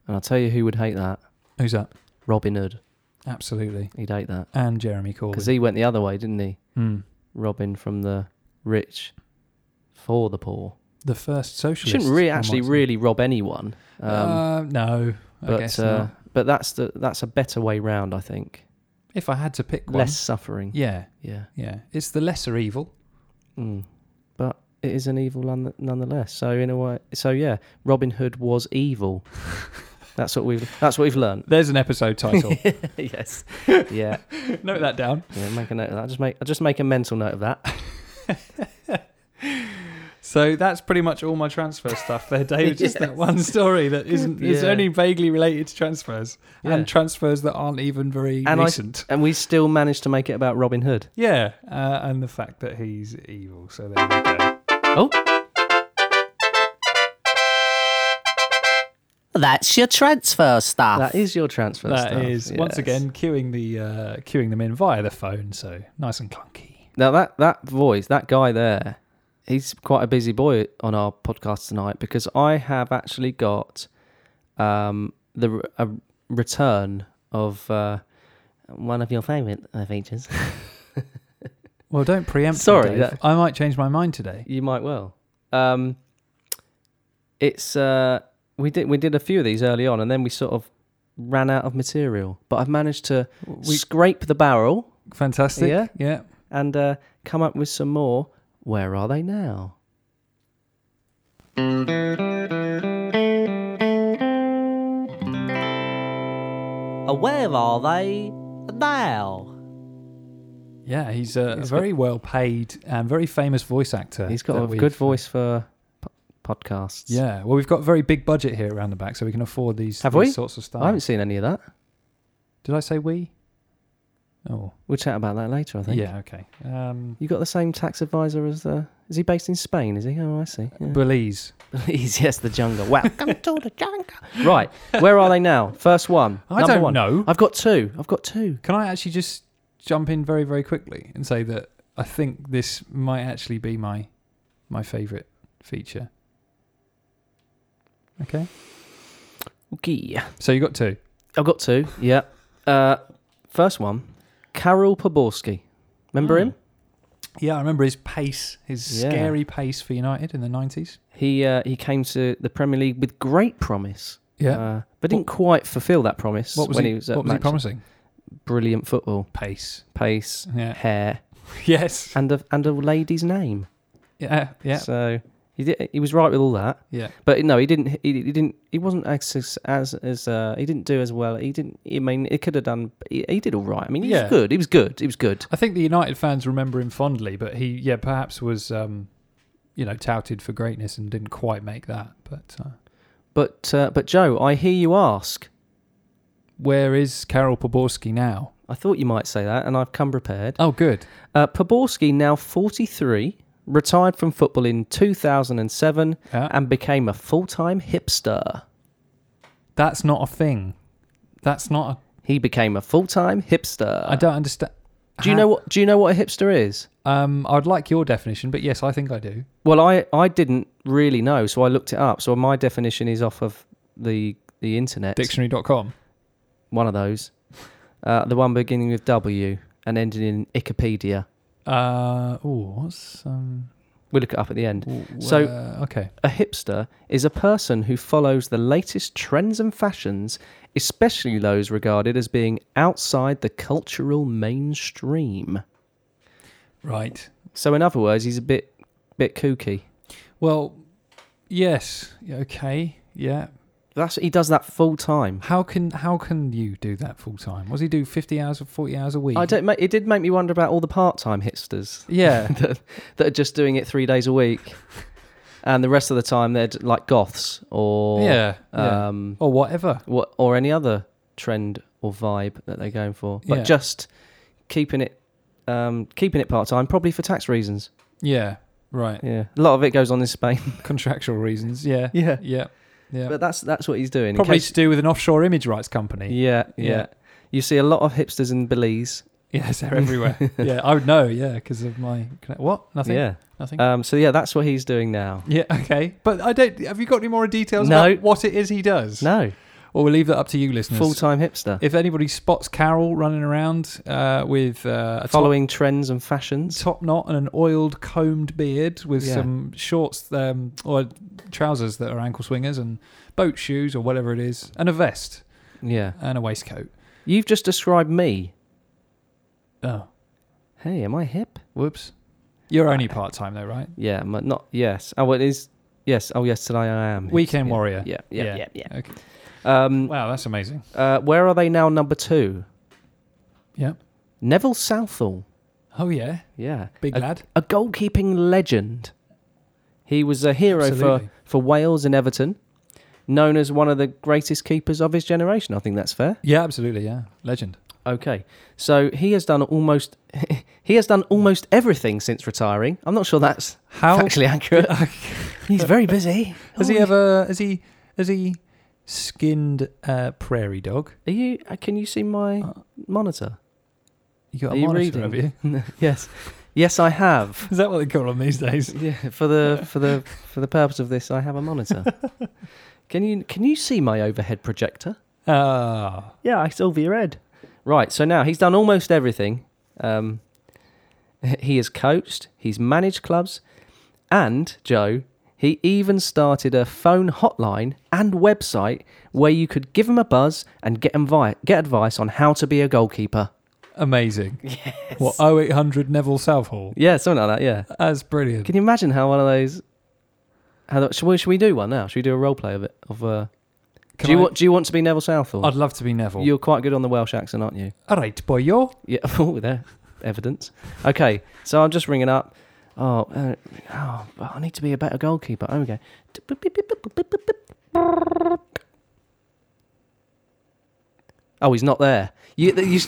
[SPEAKER 2] And I'll tell you who would hate that
[SPEAKER 1] Who's that?
[SPEAKER 2] Robin Hood.
[SPEAKER 1] Absolutely.
[SPEAKER 2] He'd hate that.
[SPEAKER 1] And Jeremy
[SPEAKER 2] Because
[SPEAKER 1] Corbyn.
[SPEAKER 2] he went the other way, didn't he?
[SPEAKER 1] Hmm.
[SPEAKER 2] Robin from the rich for the poor.
[SPEAKER 1] The first socialist.
[SPEAKER 2] Shouldn't really
[SPEAKER 1] I
[SPEAKER 2] actually
[SPEAKER 1] might say.
[SPEAKER 2] really rob anyone. Um,
[SPEAKER 1] uh, no, I
[SPEAKER 2] but
[SPEAKER 1] guess
[SPEAKER 2] uh,
[SPEAKER 1] not.
[SPEAKER 2] but that's the that's a better way round, I think.
[SPEAKER 1] If I had to pick one.
[SPEAKER 2] Less suffering.
[SPEAKER 1] Yeah,
[SPEAKER 2] Yeah.
[SPEAKER 1] yeah. It's the lesser evil.
[SPEAKER 2] Mm. But it is an evil none, nonetheless. So in a way, so yeah, Robin Hood was evil. that's what we've that's what we've learned.
[SPEAKER 1] There's an episode title.
[SPEAKER 2] yes. Yeah.
[SPEAKER 1] Note that down.
[SPEAKER 2] Yeah. Make a note of that. Just make I just make a mental note of that.
[SPEAKER 1] So that's pretty much all my transfer stuff there, David. Just that
[SPEAKER 2] Yes.
[SPEAKER 1] one story that isn't is
[SPEAKER 2] Yeah.
[SPEAKER 1] only vaguely related to transfers
[SPEAKER 2] Yeah.
[SPEAKER 1] and transfers that aren't even very
[SPEAKER 2] And I-
[SPEAKER 1] recent.
[SPEAKER 2] And we still managed to make it about Robin Hood.
[SPEAKER 1] Yeah, uh, and the fact that he's evil. So there you go.
[SPEAKER 2] Oh.
[SPEAKER 4] That's your transfer stuff.
[SPEAKER 2] That is your transfer.
[SPEAKER 1] ah. That
[SPEAKER 2] stuff.
[SPEAKER 1] is once
[SPEAKER 2] yes.
[SPEAKER 1] again queuing the uh, queuing them in via the phone. So nice and clunky.
[SPEAKER 2] Now that that voice, that guy there, he's quite a busy boy on our podcast tonight because I have actually got um, the r- a return of uh, one of your favourite uh, features.
[SPEAKER 1] Well, don't preempt. me,
[SPEAKER 2] Sorry,
[SPEAKER 1] Dave.
[SPEAKER 2] that-
[SPEAKER 1] I might change my mind today.
[SPEAKER 2] you might well. Um, it's uh, we did we did a few of these early on, and then we sort of ran out of material. But I've managed to
[SPEAKER 1] We,
[SPEAKER 2] scrape the barrel
[SPEAKER 1] fantastic.
[SPEAKER 2] Yeah?
[SPEAKER 1] yeah.
[SPEAKER 2] and uh, come up with some more. Where are they now?
[SPEAKER 4] Where are they now?
[SPEAKER 1] Yeah, he's a
[SPEAKER 2] He's got-
[SPEAKER 1] very well paid and very famous voice actor.
[SPEAKER 2] He's got
[SPEAKER 1] that
[SPEAKER 2] a
[SPEAKER 1] we've- uh,
[SPEAKER 2] good voice for po- podcasts.
[SPEAKER 1] Yeah, well, we've got a very big budget here at Roundabout, so we can afford these,
[SPEAKER 2] Have
[SPEAKER 1] these
[SPEAKER 2] we?
[SPEAKER 1] sorts of stuff.
[SPEAKER 2] I haven't seen any of that.
[SPEAKER 1] Did I say we? Oh,
[SPEAKER 2] We'll chat about that later. I think.
[SPEAKER 1] yeah, okay. Um,
[SPEAKER 2] You got the same tax advisor as the. Is he based in Spain? Is he? Oh, I see. Yeah.
[SPEAKER 1] Belize.
[SPEAKER 2] Please, yes, the jungle. Welcome to the jungle. Right, where are they now? First one.
[SPEAKER 1] I
[SPEAKER 2] number
[SPEAKER 1] don't
[SPEAKER 2] one.
[SPEAKER 1] know.
[SPEAKER 2] I've got two. I've got two.
[SPEAKER 1] Can I actually just jump in very, very quickly and say that I think this might actually be my my favourite feature. Okay,
[SPEAKER 2] Okay.
[SPEAKER 1] so you got two.
[SPEAKER 2] I've got two. Yeah. Uh, first one, Carol Poborski.
[SPEAKER 1] Oh.
[SPEAKER 2] Remember him?
[SPEAKER 1] Yeah, I remember his pace, his
[SPEAKER 2] Yeah.
[SPEAKER 1] scary pace for United in the nineties.
[SPEAKER 2] He uh, he came to the Premier League with great promise.
[SPEAKER 1] Yeah.
[SPEAKER 2] Uh, but didn't quite fulfil that promise
[SPEAKER 1] what was
[SPEAKER 2] when
[SPEAKER 1] he?
[SPEAKER 2] he, was at
[SPEAKER 1] what was he
[SPEAKER 2] Manchester.
[SPEAKER 1] promising?
[SPEAKER 2] Brilliant football,
[SPEAKER 1] Pace.
[SPEAKER 2] pace,
[SPEAKER 1] Yeah.
[SPEAKER 2] hair,
[SPEAKER 1] yes.
[SPEAKER 2] and a and a lady's name.
[SPEAKER 1] Yeah. Yeah.
[SPEAKER 2] So he did, he was right with all that.
[SPEAKER 1] Yeah.
[SPEAKER 2] But no, he didn't. He, he didn't. He wasn't as sus- as as uh, he didn't do as well. He didn't. I mean, it could have done. He, he did all right. I mean, he
[SPEAKER 1] Yeah.
[SPEAKER 2] was good. He was good. He was good.
[SPEAKER 1] I think the United fans remember him fondly, but he, yeah, perhaps was, um, you know, touted for greatness and didn't quite make that. But uh,
[SPEAKER 2] But uh, but Joe, I hear you ask.
[SPEAKER 1] where is Karol Poborski now?
[SPEAKER 2] I thought you might say that, and I've come prepared.
[SPEAKER 1] Oh, good.
[SPEAKER 2] Uh, Poborski, now forty three, retired from football in two thousand and seven,
[SPEAKER 1] Yeah.
[SPEAKER 2] and became a full time hipster.
[SPEAKER 1] That's not a thing. That's not.
[SPEAKER 2] He became a full time hipster.
[SPEAKER 1] A, I don't understand.
[SPEAKER 2] Uh, Do you
[SPEAKER 1] How-
[SPEAKER 2] know what? Do you know what a hipster is?
[SPEAKER 1] Um, I'd like your definition, but yes, I think I do.
[SPEAKER 2] Well, I, I didn't really know, so I looked it up. So my definition is off of the the internet.
[SPEAKER 1] Dictionary.com.
[SPEAKER 2] One of those. Uh, the one beginning with W and ending in Wikipedia.
[SPEAKER 1] Uh, oh, what's um?
[SPEAKER 2] We'll look it up at the end.
[SPEAKER 1] w-
[SPEAKER 2] So-
[SPEAKER 1] uh, okay,
[SPEAKER 2] A hipster is a person who follows the latest trends and fashions, especially those regarded as being outside the cultural mainstream.
[SPEAKER 1] right.
[SPEAKER 2] So in other words, he's a bit bit kooky.
[SPEAKER 1] Well, yes. Yeah, Okay. Yeah.
[SPEAKER 2] That's he does that full time.
[SPEAKER 1] How can how can you do that full time? What does he do? Fifty hours or forty hours a week?
[SPEAKER 2] I don't. ma- It did make me wonder about all the part-time hipsters.
[SPEAKER 1] Yeah.
[SPEAKER 2] that, that are just doing it three days a week, and the rest of the time they're d- like goths or
[SPEAKER 1] yeah, yeah.
[SPEAKER 2] um,
[SPEAKER 1] or whatever.
[SPEAKER 2] what or any other trend or vibe that they're going for, but
[SPEAKER 1] Yeah.
[SPEAKER 2] just keeping it um, keeping it part time, probably for tax reasons.
[SPEAKER 1] Yeah, right.
[SPEAKER 2] Yeah, a lot of it goes on in Spain.
[SPEAKER 1] Contractual reasons. Yeah,
[SPEAKER 2] yeah,
[SPEAKER 1] yeah, yeah.
[SPEAKER 2] but that's that's what he's doing. in
[SPEAKER 1] Probably
[SPEAKER 2] case-
[SPEAKER 1] to do with an offshore image rights company.
[SPEAKER 2] yeah, yeah,
[SPEAKER 1] Yeah.
[SPEAKER 2] You see a lot of hipsters in Belize.
[SPEAKER 1] Yes, they're everywhere. yeah, I would know. Yeah, because of my connect- what? Nothing.
[SPEAKER 2] Yeah.
[SPEAKER 1] nothing.
[SPEAKER 2] Um, so yeah, that's what he's doing now.
[SPEAKER 1] yeah, okay. But I don't. Have you got any more details
[SPEAKER 2] No.
[SPEAKER 1] about what it is he does?
[SPEAKER 2] No,
[SPEAKER 1] Well, we'll leave that up to you, listeners.
[SPEAKER 2] full time hipster.
[SPEAKER 1] If anybody spots Carol running around uh, with uh, a top,
[SPEAKER 2] following trends and fashions.
[SPEAKER 1] top knot and an oiled combed beard with
[SPEAKER 2] Yeah.
[SPEAKER 1] some shorts um, or trousers that are ankle swingers and boat shoes or whatever it is and a vest
[SPEAKER 2] Yeah.
[SPEAKER 1] and a waistcoat.
[SPEAKER 2] You've just described me.
[SPEAKER 1] Oh,
[SPEAKER 2] Hey, am I hip?
[SPEAKER 1] whoops. You're only part time though, right?
[SPEAKER 2] Yeah, am I not yes. Oh, it is. Yes. Oh, yes. Today I am. hip.
[SPEAKER 1] Weekend
[SPEAKER 2] Yeah.
[SPEAKER 1] warrior.
[SPEAKER 2] Yeah. Yeah. Yeah. Yeah.
[SPEAKER 1] Okay.
[SPEAKER 2] Um,
[SPEAKER 1] Wow, that's amazing.
[SPEAKER 2] uh, where are they now? Number two.
[SPEAKER 1] Yeah.
[SPEAKER 2] Neville Southall.
[SPEAKER 1] Oh yeah,
[SPEAKER 2] Yeah.
[SPEAKER 1] big
[SPEAKER 2] a,
[SPEAKER 1] lad.
[SPEAKER 2] a goalkeeping legend. He was a hero
[SPEAKER 1] Absolutely.
[SPEAKER 2] for for Wales and Everton, known as one of the greatest keepers of his generation. I think that's fair.
[SPEAKER 1] Yeah, absolutely. Yeah, legend.
[SPEAKER 2] Okay. So he has done almost he has done almost everything since retiring. I'm not sure that's
[SPEAKER 1] How
[SPEAKER 2] Actually accurate. Oh. He's very busy. Oh,
[SPEAKER 1] has he ever? Has he? Has he skinned a prairie dog?
[SPEAKER 2] Are you? uh, Can you see my
[SPEAKER 1] Uh,
[SPEAKER 2] monitor?
[SPEAKER 1] You got
[SPEAKER 2] Are
[SPEAKER 1] a
[SPEAKER 2] you
[SPEAKER 1] monitor
[SPEAKER 2] reading?
[SPEAKER 1] of you?
[SPEAKER 2] yes. Yes, I have.
[SPEAKER 1] Is that what they call them these days?
[SPEAKER 2] Yeah, for the for the for the purpose of this, I have a monitor. can you can you see my overhead projector?
[SPEAKER 1] Ah,
[SPEAKER 2] Yeah, I saw your head. Right, so now he's done almost everything. Um, he has coached, he's managed clubs, and Joe, he even started a phone hotline and website where you could give him a buzz and get invi- get advice on how to be a goalkeeper.
[SPEAKER 1] amazing. Yes. What 0800 Neville Southall?
[SPEAKER 2] Yeah, something like that. Yeah.
[SPEAKER 1] That's brilliant.
[SPEAKER 2] Can you imagine how one of those? How that, should, we, should we do one now? Should we do a role play of it? Of uh,
[SPEAKER 1] Can
[SPEAKER 2] do you
[SPEAKER 1] I-
[SPEAKER 2] want do you want to be Neville Southall?
[SPEAKER 1] I'd love to be Neville.
[SPEAKER 2] You're quite good on the Welsh accent, aren't you?
[SPEAKER 1] All right, boy, yo.
[SPEAKER 2] Yeah. Oh, there, evidence. Okay, so I'm just ringing up. Oh, uh, oh, but I need to be a better goalkeeper. There we go. Oh, he's not there. You, you,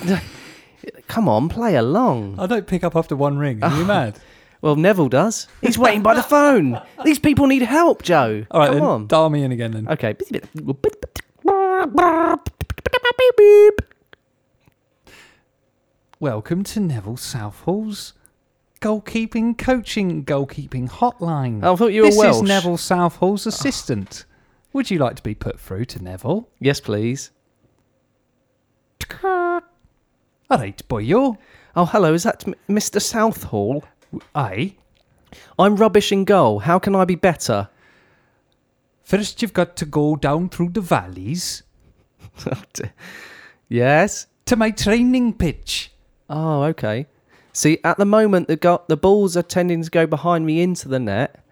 [SPEAKER 2] come on, play along.
[SPEAKER 1] I don't pick up after one ring. Are you mad?
[SPEAKER 2] Well, Neville does. He's waiting by the phone. These people need help, Joe.
[SPEAKER 1] All right,
[SPEAKER 2] Come
[SPEAKER 1] then.
[SPEAKER 2] on.
[SPEAKER 1] Dial me in again then.
[SPEAKER 2] okay.
[SPEAKER 1] Welcome to Neville Southall's goalkeeping coaching goalkeeping hotline.
[SPEAKER 2] I thought you were
[SPEAKER 1] this
[SPEAKER 2] Welsh.
[SPEAKER 1] is
[SPEAKER 2] Ah.
[SPEAKER 1] Neville Southall's assistant. Would you like to be put through to Neville?
[SPEAKER 2] Yes, please.
[SPEAKER 1] All right, boy, yo.
[SPEAKER 2] Oh, hello. Is that M- Mr. Southall?
[SPEAKER 1] Aye.
[SPEAKER 2] I'm rubbish in goal. How can I be better?
[SPEAKER 1] First, you've got to go down through the valleys
[SPEAKER 2] yes.
[SPEAKER 1] to my training pitch.
[SPEAKER 2] Oh, okay. See, at the moment, the go- the balls are tending to go behind me into the net.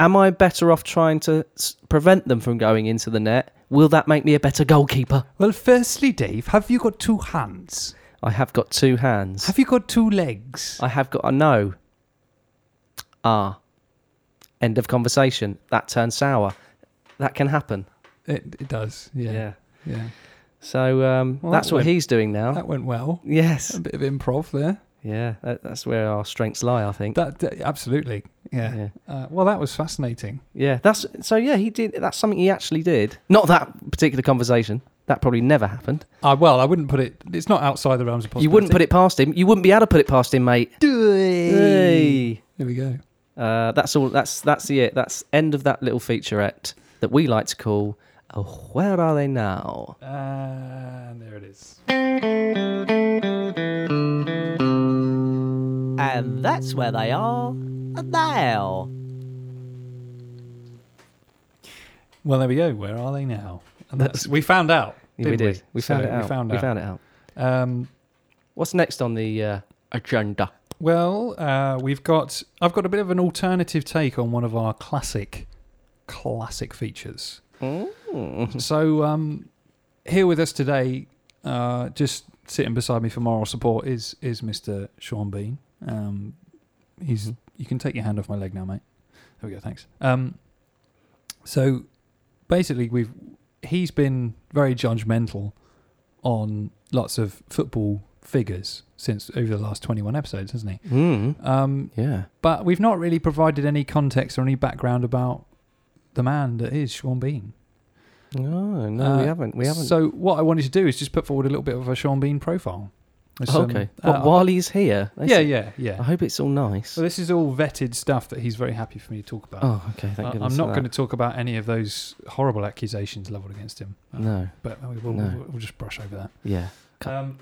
[SPEAKER 2] Am I better off trying to s- prevent them from going into the net? Will that make me a better goalkeeper?
[SPEAKER 1] Well, firstly, Dave, have you got two hands?
[SPEAKER 2] I have got two hands.
[SPEAKER 1] Have you got two legs?
[SPEAKER 2] I have got a no. Ah. End of conversation. That turns sour. That can happen.
[SPEAKER 1] It, it does, yeah. Yeah.
[SPEAKER 2] So um,
[SPEAKER 1] Well,
[SPEAKER 2] that's
[SPEAKER 1] that
[SPEAKER 2] what
[SPEAKER 1] went-
[SPEAKER 2] he's doing now.
[SPEAKER 1] That went well.
[SPEAKER 2] yes.
[SPEAKER 1] A bit of improv there.
[SPEAKER 2] Yeah. That, that's where our strengths lie, I think.
[SPEAKER 1] That, that- absolutely. Yeah.
[SPEAKER 2] yeah.
[SPEAKER 1] Uh, well, that was fascinating.
[SPEAKER 2] Yeah. That's so. Yeah, he did. That's something he actually did. Not that particular conversation. That probably never happened.
[SPEAKER 1] Uh, well, I wouldn't put it. It's not outside the realms of possibility.
[SPEAKER 2] You wouldn't put it past him. You wouldn't be able to put it past him, mate. Hey.
[SPEAKER 1] There we go.
[SPEAKER 2] Uh, that's all. That's that's the it. That's end of that little featurette that we like to call. Oh, where are they now? Uh,
[SPEAKER 1] And there it is.
[SPEAKER 4] And that's where they are now.
[SPEAKER 1] Well, there we go. Where are they now? And that's we found out.
[SPEAKER 2] Yeah, we
[SPEAKER 1] didn't
[SPEAKER 2] did. We found
[SPEAKER 1] So
[SPEAKER 2] it out.
[SPEAKER 1] We found out.
[SPEAKER 2] out.
[SPEAKER 1] Um,
[SPEAKER 2] What's next on the uh, agenda?
[SPEAKER 1] well, uh, we've got. I've got a bit of an alternative take on one of our classic, classic features.
[SPEAKER 2] Hmm.
[SPEAKER 1] So um, here with us today, uh, just sitting beside me for moral support is is Mr. Sean Bean. Um, he's. You can take your hand off my leg now, mate. There we go. Thanks. Um, so basically, we've he's been very judgmental on lots of football figures since over the last 21 episodes, hasn't he?
[SPEAKER 2] Mm.
[SPEAKER 1] Um,
[SPEAKER 2] Yeah.
[SPEAKER 1] but we've not really provided any context or any background about the man that is Sean Bean.
[SPEAKER 2] No, Oh, no,
[SPEAKER 1] Uh,
[SPEAKER 2] we haven't. We haven't.
[SPEAKER 1] So what I wanted to do is just put forward a little bit of a Sean Bean profile. There's some-
[SPEAKER 2] okay.
[SPEAKER 1] uh,
[SPEAKER 2] What, Uh-huh. while he's here. they
[SPEAKER 1] yeah,
[SPEAKER 2] say-
[SPEAKER 1] yeah,
[SPEAKER 2] I
[SPEAKER 1] yeah.
[SPEAKER 2] hope it's all nice.
[SPEAKER 1] So this is all vetted stuff that he's very happy for me to talk about.
[SPEAKER 2] Oh, okay. Thank
[SPEAKER 1] I-
[SPEAKER 2] goodness.
[SPEAKER 1] I'm not going
[SPEAKER 2] to.
[SPEAKER 1] to talk about any of those horrible accusations leveled against him. Uh,
[SPEAKER 2] No.
[SPEAKER 1] But we- we'll,
[SPEAKER 2] No.
[SPEAKER 1] we'll, we'll just brush over that.
[SPEAKER 2] Yeah.
[SPEAKER 1] Um,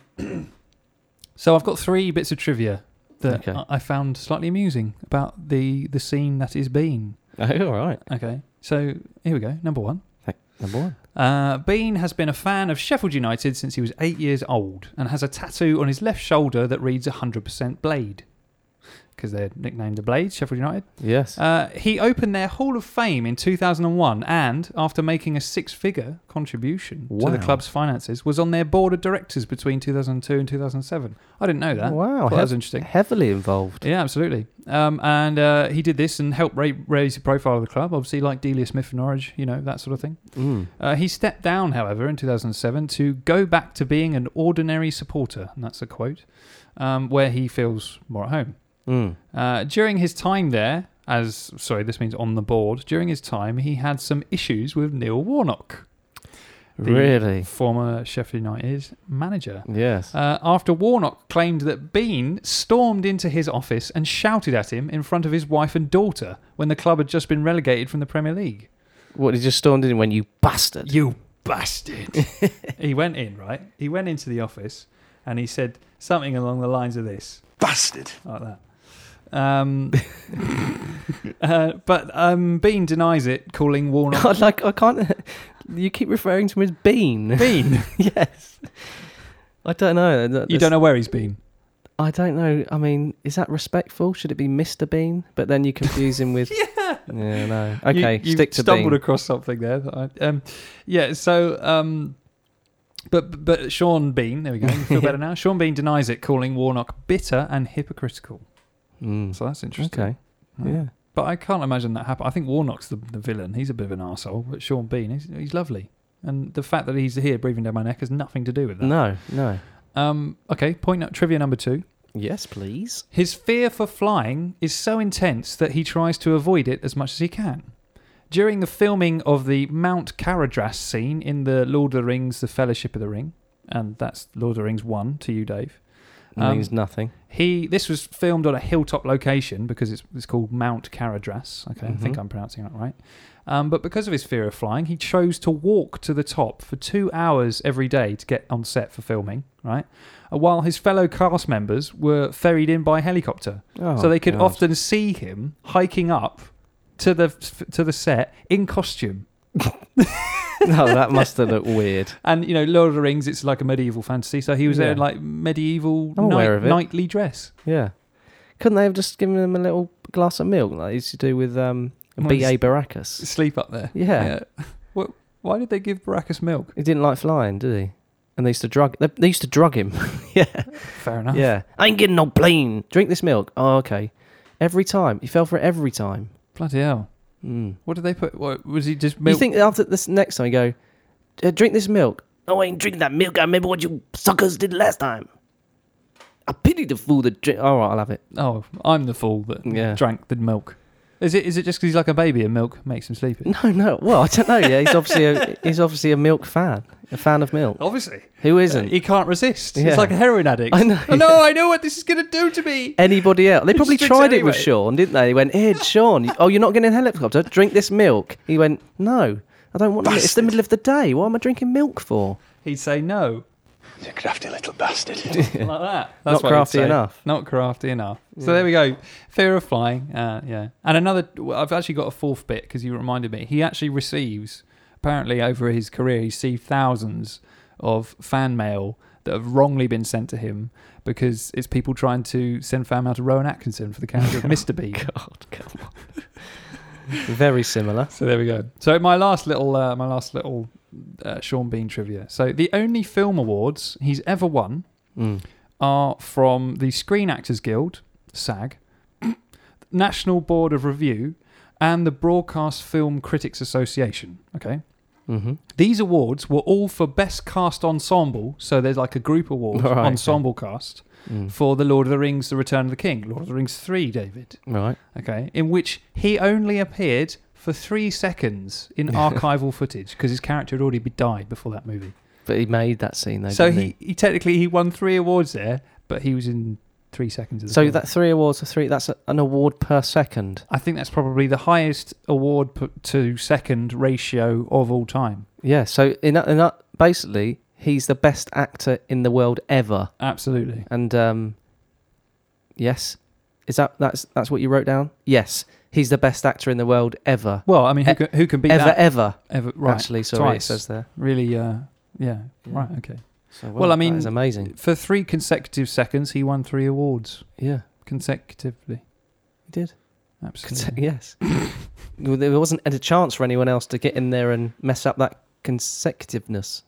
[SPEAKER 1] so I've got three bits of trivia that
[SPEAKER 2] Okay.
[SPEAKER 1] I- I found slightly amusing about the the scene that is Bean.
[SPEAKER 2] Oh, all right.
[SPEAKER 1] Okay, so here we go. Number one.
[SPEAKER 2] Thank- Number one.
[SPEAKER 1] Uh, Bean has been a fan of Sheffield United since he was eight years old and has a tattoo on his left shoulder that reads 100% Blade. Because they're nicknamed the Blades, Sheffield United.
[SPEAKER 2] Yes.
[SPEAKER 1] Uh, he opened their Hall of Fame in 2001 and, after making a six figure contribution to
[SPEAKER 2] Wow.
[SPEAKER 1] the club's finances, was on their board of directors between 2002 and 2007. I didn't know that.
[SPEAKER 2] wow.
[SPEAKER 1] Thought that was
[SPEAKER 2] hev-
[SPEAKER 1] interesting.
[SPEAKER 2] Heavily involved.
[SPEAKER 1] Yeah, absolutely. Um, and uh, he did this and helped ra- raise the profile of the club, obviously, like Delia Smith for Norwich, you know, that sort of thing.
[SPEAKER 2] Mm.
[SPEAKER 1] Uh, he stepped down, however, in 2007 to go back to being an ordinary supporter, and that's a quote, um, where he feels more at home.
[SPEAKER 2] Mm.
[SPEAKER 1] Uh, during his time there, as sorry, this means on the board, during his time, he had some issues with Neil Warnock. the
[SPEAKER 2] Really?
[SPEAKER 1] former Sheffield United manager.
[SPEAKER 2] Yes.
[SPEAKER 1] Uh, after Warnock claimed that Bean stormed into his office and shouted at him in front of his wife and daughter when the club had just been relegated from the Premier League.
[SPEAKER 2] what, he just stormed in when you bastard.
[SPEAKER 1] You bastard. he went in, right? He went into the office and he said something along the lines of this. Bastard. Like that. Um, uh, but um, Bean denies it, calling Warnock
[SPEAKER 2] God, like, I can't. You keep referring to him as Bean.
[SPEAKER 1] Bean.
[SPEAKER 2] yes. I don't know. That-
[SPEAKER 1] You
[SPEAKER 2] that's-
[SPEAKER 1] don't know where he's been.
[SPEAKER 2] I don't know. I mean, is that respectful? Should it be Mr. Bean? But then you confuse him with. yeah. Yeah, no.
[SPEAKER 1] You-
[SPEAKER 2] Okay,
[SPEAKER 1] you
[SPEAKER 2] stick to
[SPEAKER 1] stumbled
[SPEAKER 2] Bean.
[SPEAKER 1] across something there. that I- um, yeah. So, um, but but Sean Bean, there we go. You feel better now. Sean Bean denies it, calling Warnock bitter and hypocritical.
[SPEAKER 2] Mm,
[SPEAKER 1] So that's interesting.
[SPEAKER 2] Okay. Yeah.
[SPEAKER 1] But I can't imagine that happen. I think Warnock's the, the villain. He's a bit of an asshole. But Sean Bean, he's, he's lovely. And the fact that he's here breathing down my neck has nothing to do with that.
[SPEAKER 2] No, no.
[SPEAKER 1] Um, okay, point nu- trivia number two.
[SPEAKER 2] Yes, please.
[SPEAKER 1] His fear for flying is so intense that he tries to avoid it as much as he can. During the filming of the Mount Caradras scene in the Lord of the Rings, The Fellowship of the Ring, and that's Lord of the Rings 1 to you, Dave. Um,
[SPEAKER 2] Means nothing.
[SPEAKER 1] He this was filmed on a hilltop location because it's it's called Mount Caradras. Okay, I
[SPEAKER 2] Mm-hmm.
[SPEAKER 1] think I'm pronouncing that right. Um, but because of his fear of flying, he chose to walk to the top for two hours every day to get on set for filming. Right, Uh, while his fellow cast members were ferried in by helicopter,
[SPEAKER 2] Oh,
[SPEAKER 1] so they could
[SPEAKER 2] God.
[SPEAKER 1] often see him hiking up to the to the set in costume.
[SPEAKER 2] no, oh, that must have looked weird.
[SPEAKER 1] And you know, Lord of the Rings, it's like a medieval fantasy, so he was there
[SPEAKER 2] Yeah.
[SPEAKER 1] in like medieval
[SPEAKER 2] I'm aware
[SPEAKER 1] night-
[SPEAKER 2] of it.
[SPEAKER 1] knightly dress.
[SPEAKER 2] Yeah. Couldn't they have just given him a little glass of milk like they used to do with um,
[SPEAKER 1] Well,
[SPEAKER 2] B.A. Baracus?
[SPEAKER 1] sleep up there.
[SPEAKER 2] Yeah.
[SPEAKER 1] What, why did they give Baracus milk?
[SPEAKER 2] He didn't like flying, did he? And they used to drug. They, they used to drug him. yeah,
[SPEAKER 1] Fair enough.
[SPEAKER 2] yeah. I ain't getting no plane. Drink this milk. Oh, okay. Every time he fell for it. Every time.
[SPEAKER 1] Bloody hell.
[SPEAKER 2] Mm.
[SPEAKER 1] What did they put? What, was he just milk?
[SPEAKER 2] You think after this next time you go, "Uh, drink this milk?
[SPEAKER 4] No, I ain't drinking that milk. I remember what you suckers did last time.
[SPEAKER 2] I pity the fool that drink. All right, I'll have it.
[SPEAKER 1] oh, I'm the fool that
[SPEAKER 2] Yeah.
[SPEAKER 1] drank the milk. Is it? Is it just because he's like a baby and milk makes him sleepy?
[SPEAKER 2] No, no. Well, I don't know. Yeah, he's obviously a, he's obviously a milk fan, a fan of milk.
[SPEAKER 1] Obviously,
[SPEAKER 2] Who isn't?
[SPEAKER 1] Oh, he can't resist. He's
[SPEAKER 2] Yeah.
[SPEAKER 1] like a heroin addict.
[SPEAKER 2] I know,
[SPEAKER 1] Oh, no, I know what this is gonna do to me.
[SPEAKER 2] Anybody else? They probably
[SPEAKER 1] drinks
[SPEAKER 2] tried it
[SPEAKER 1] anyway.
[SPEAKER 2] with Sean, didn't they? They went, "Here, Sean. Oh, you're not getting a helicopter. Drink this milk." He went, "No, I don't want. It. It's the middle of the day. What am I drinking milk for?"
[SPEAKER 1] He'd say no.
[SPEAKER 5] You crafty little bastard.
[SPEAKER 1] Like that. That's
[SPEAKER 2] Not
[SPEAKER 1] what he'd
[SPEAKER 2] crafty
[SPEAKER 1] say.
[SPEAKER 2] enough.
[SPEAKER 1] Not crafty enough. So there we go. Fear of flying. Uh, yeah. And another. well, I've actually got a fourth bit because you reminded me. He actually receives apparently over his career he's received thousands of fan mail that have wrongly been sent to him because it's people trying to send fan mail to Rowan Atkinson for the character of Mr. Bean.
[SPEAKER 2] God, come on. Very similar.
[SPEAKER 1] So there we go. So my last little, uh, my last little uh, Sean Bean trivia. So the only film awards he's ever won
[SPEAKER 2] Mm.
[SPEAKER 1] are from the Screen Actors Guild, SAG, National Board of Review, and the Broadcast Film Critics Association. Okay.
[SPEAKER 2] hmm
[SPEAKER 1] These awards were all for Best Cast Ensemble. So there's like a group award,
[SPEAKER 2] Right, okay.
[SPEAKER 1] ensemble cast,
[SPEAKER 2] Mm.
[SPEAKER 1] for The Lord of the Rings, The Return of the King, Lord of the Rings 3, David.
[SPEAKER 2] Right.
[SPEAKER 1] Okay. In which he only appeared for three seconds in archival footage because his character had already be died before that movie.
[SPEAKER 2] But he made that scene though.
[SPEAKER 1] so
[SPEAKER 2] didn't
[SPEAKER 1] he, he technically he won three awards there, but he was in three seconds of the
[SPEAKER 2] So
[SPEAKER 1] film.
[SPEAKER 2] that three awards are three. That's a, an award per second.
[SPEAKER 1] I think that's probably the highest award p- to second ratio of all time.
[SPEAKER 2] Yeah. So in that, in that, basically, he's the best actor in the world ever.
[SPEAKER 1] Absolutely.
[SPEAKER 2] And um, yes, is that that's that's what you wrote down? Yes, he's the best actor in the world ever,
[SPEAKER 1] Well, I mean, who
[SPEAKER 2] E-
[SPEAKER 1] can, who can beat
[SPEAKER 2] ever,
[SPEAKER 1] that
[SPEAKER 2] ever.
[SPEAKER 1] ever? Right.
[SPEAKER 2] Actually, sorry,
[SPEAKER 1] twice.
[SPEAKER 2] it says there.
[SPEAKER 1] Really, uh, yeah,
[SPEAKER 2] Yeah.
[SPEAKER 1] Right. Okay.
[SPEAKER 2] So,
[SPEAKER 1] Well, I mean-
[SPEAKER 2] that is amazing.
[SPEAKER 1] For three consecutive seconds, he won three awards
[SPEAKER 2] Yeah,
[SPEAKER 1] consecutively.
[SPEAKER 2] he did. Cons-
[SPEAKER 1] Absolutely.
[SPEAKER 2] yes, Well, there wasn't a chance for anyone else to get in there and mess up that consecutiveness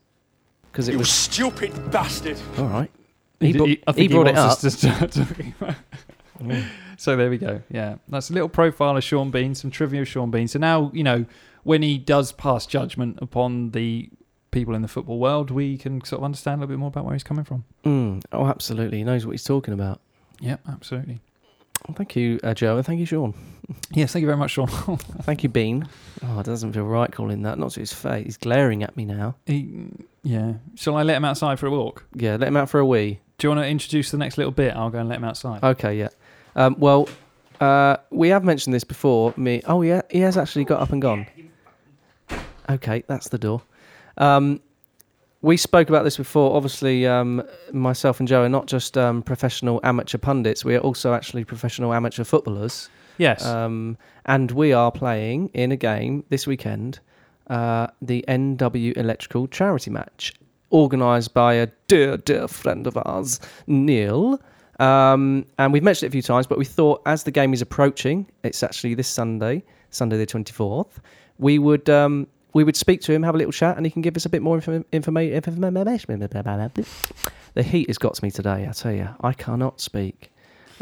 [SPEAKER 2] because it
[SPEAKER 5] You
[SPEAKER 2] was
[SPEAKER 5] stupid bastard.
[SPEAKER 2] all right.
[SPEAKER 1] He,
[SPEAKER 2] He brought-
[SPEAKER 1] I
[SPEAKER 2] he
[SPEAKER 1] think
[SPEAKER 2] brought it
[SPEAKER 1] wants us to start talking about- so there we go. Yeah, that's a little profile of Sean Bean, some trivia of Sean Bean. So now you know when he does pass judgment upon the people in the football world, we can sort of understand a little bit more about where he's coming from.
[SPEAKER 2] Mm, oh, absolutely. He knows what he's talking about.
[SPEAKER 1] Yep, absolutely.
[SPEAKER 2] Thank you, uh, Joe, and thank you, Sean.
[SPEAKER 1] Yes, thank you very much, Sean.
[SPEAKER 2] Thank you, Bean. Oh, it doesn't feel right calling that. Not to his face. He's glaring at me now.
[SPEAKER 1] He- yeah. Shall I let him outside for a walk?
[SPEAKER 2] Yeah, let him out for a wee.
[SPEAKER 1] Do you want to introduce the next little bit? I'll go and let him outside.
[SPEAKER 2] Okay, yeah. Um, well, uh, we have mentioned this before. Me. Oh, yeah. He has actually got up and gone. Okay, that's the door. Um, we spoke about this before. Obviously, um, myself and Joe are not just um, professional amateur pundits. We are also actually professional amateur footballers.
[SPEAKER 1] yes.
[SPEAKER 2] Um, and we are playing in a game this weekend, uh, the NW Electrical Charity Match, organised by a dear, dear friend of ours, Neil. Um, and we've mentioned it a few times, but we thought as the game is approaching, it's actually this Sunday, Sunday the 24th, we would. Um, we would speak to him, have a little chat, and he can give us a bit more information. The heat has got to me today, I tell you. I cannot speak.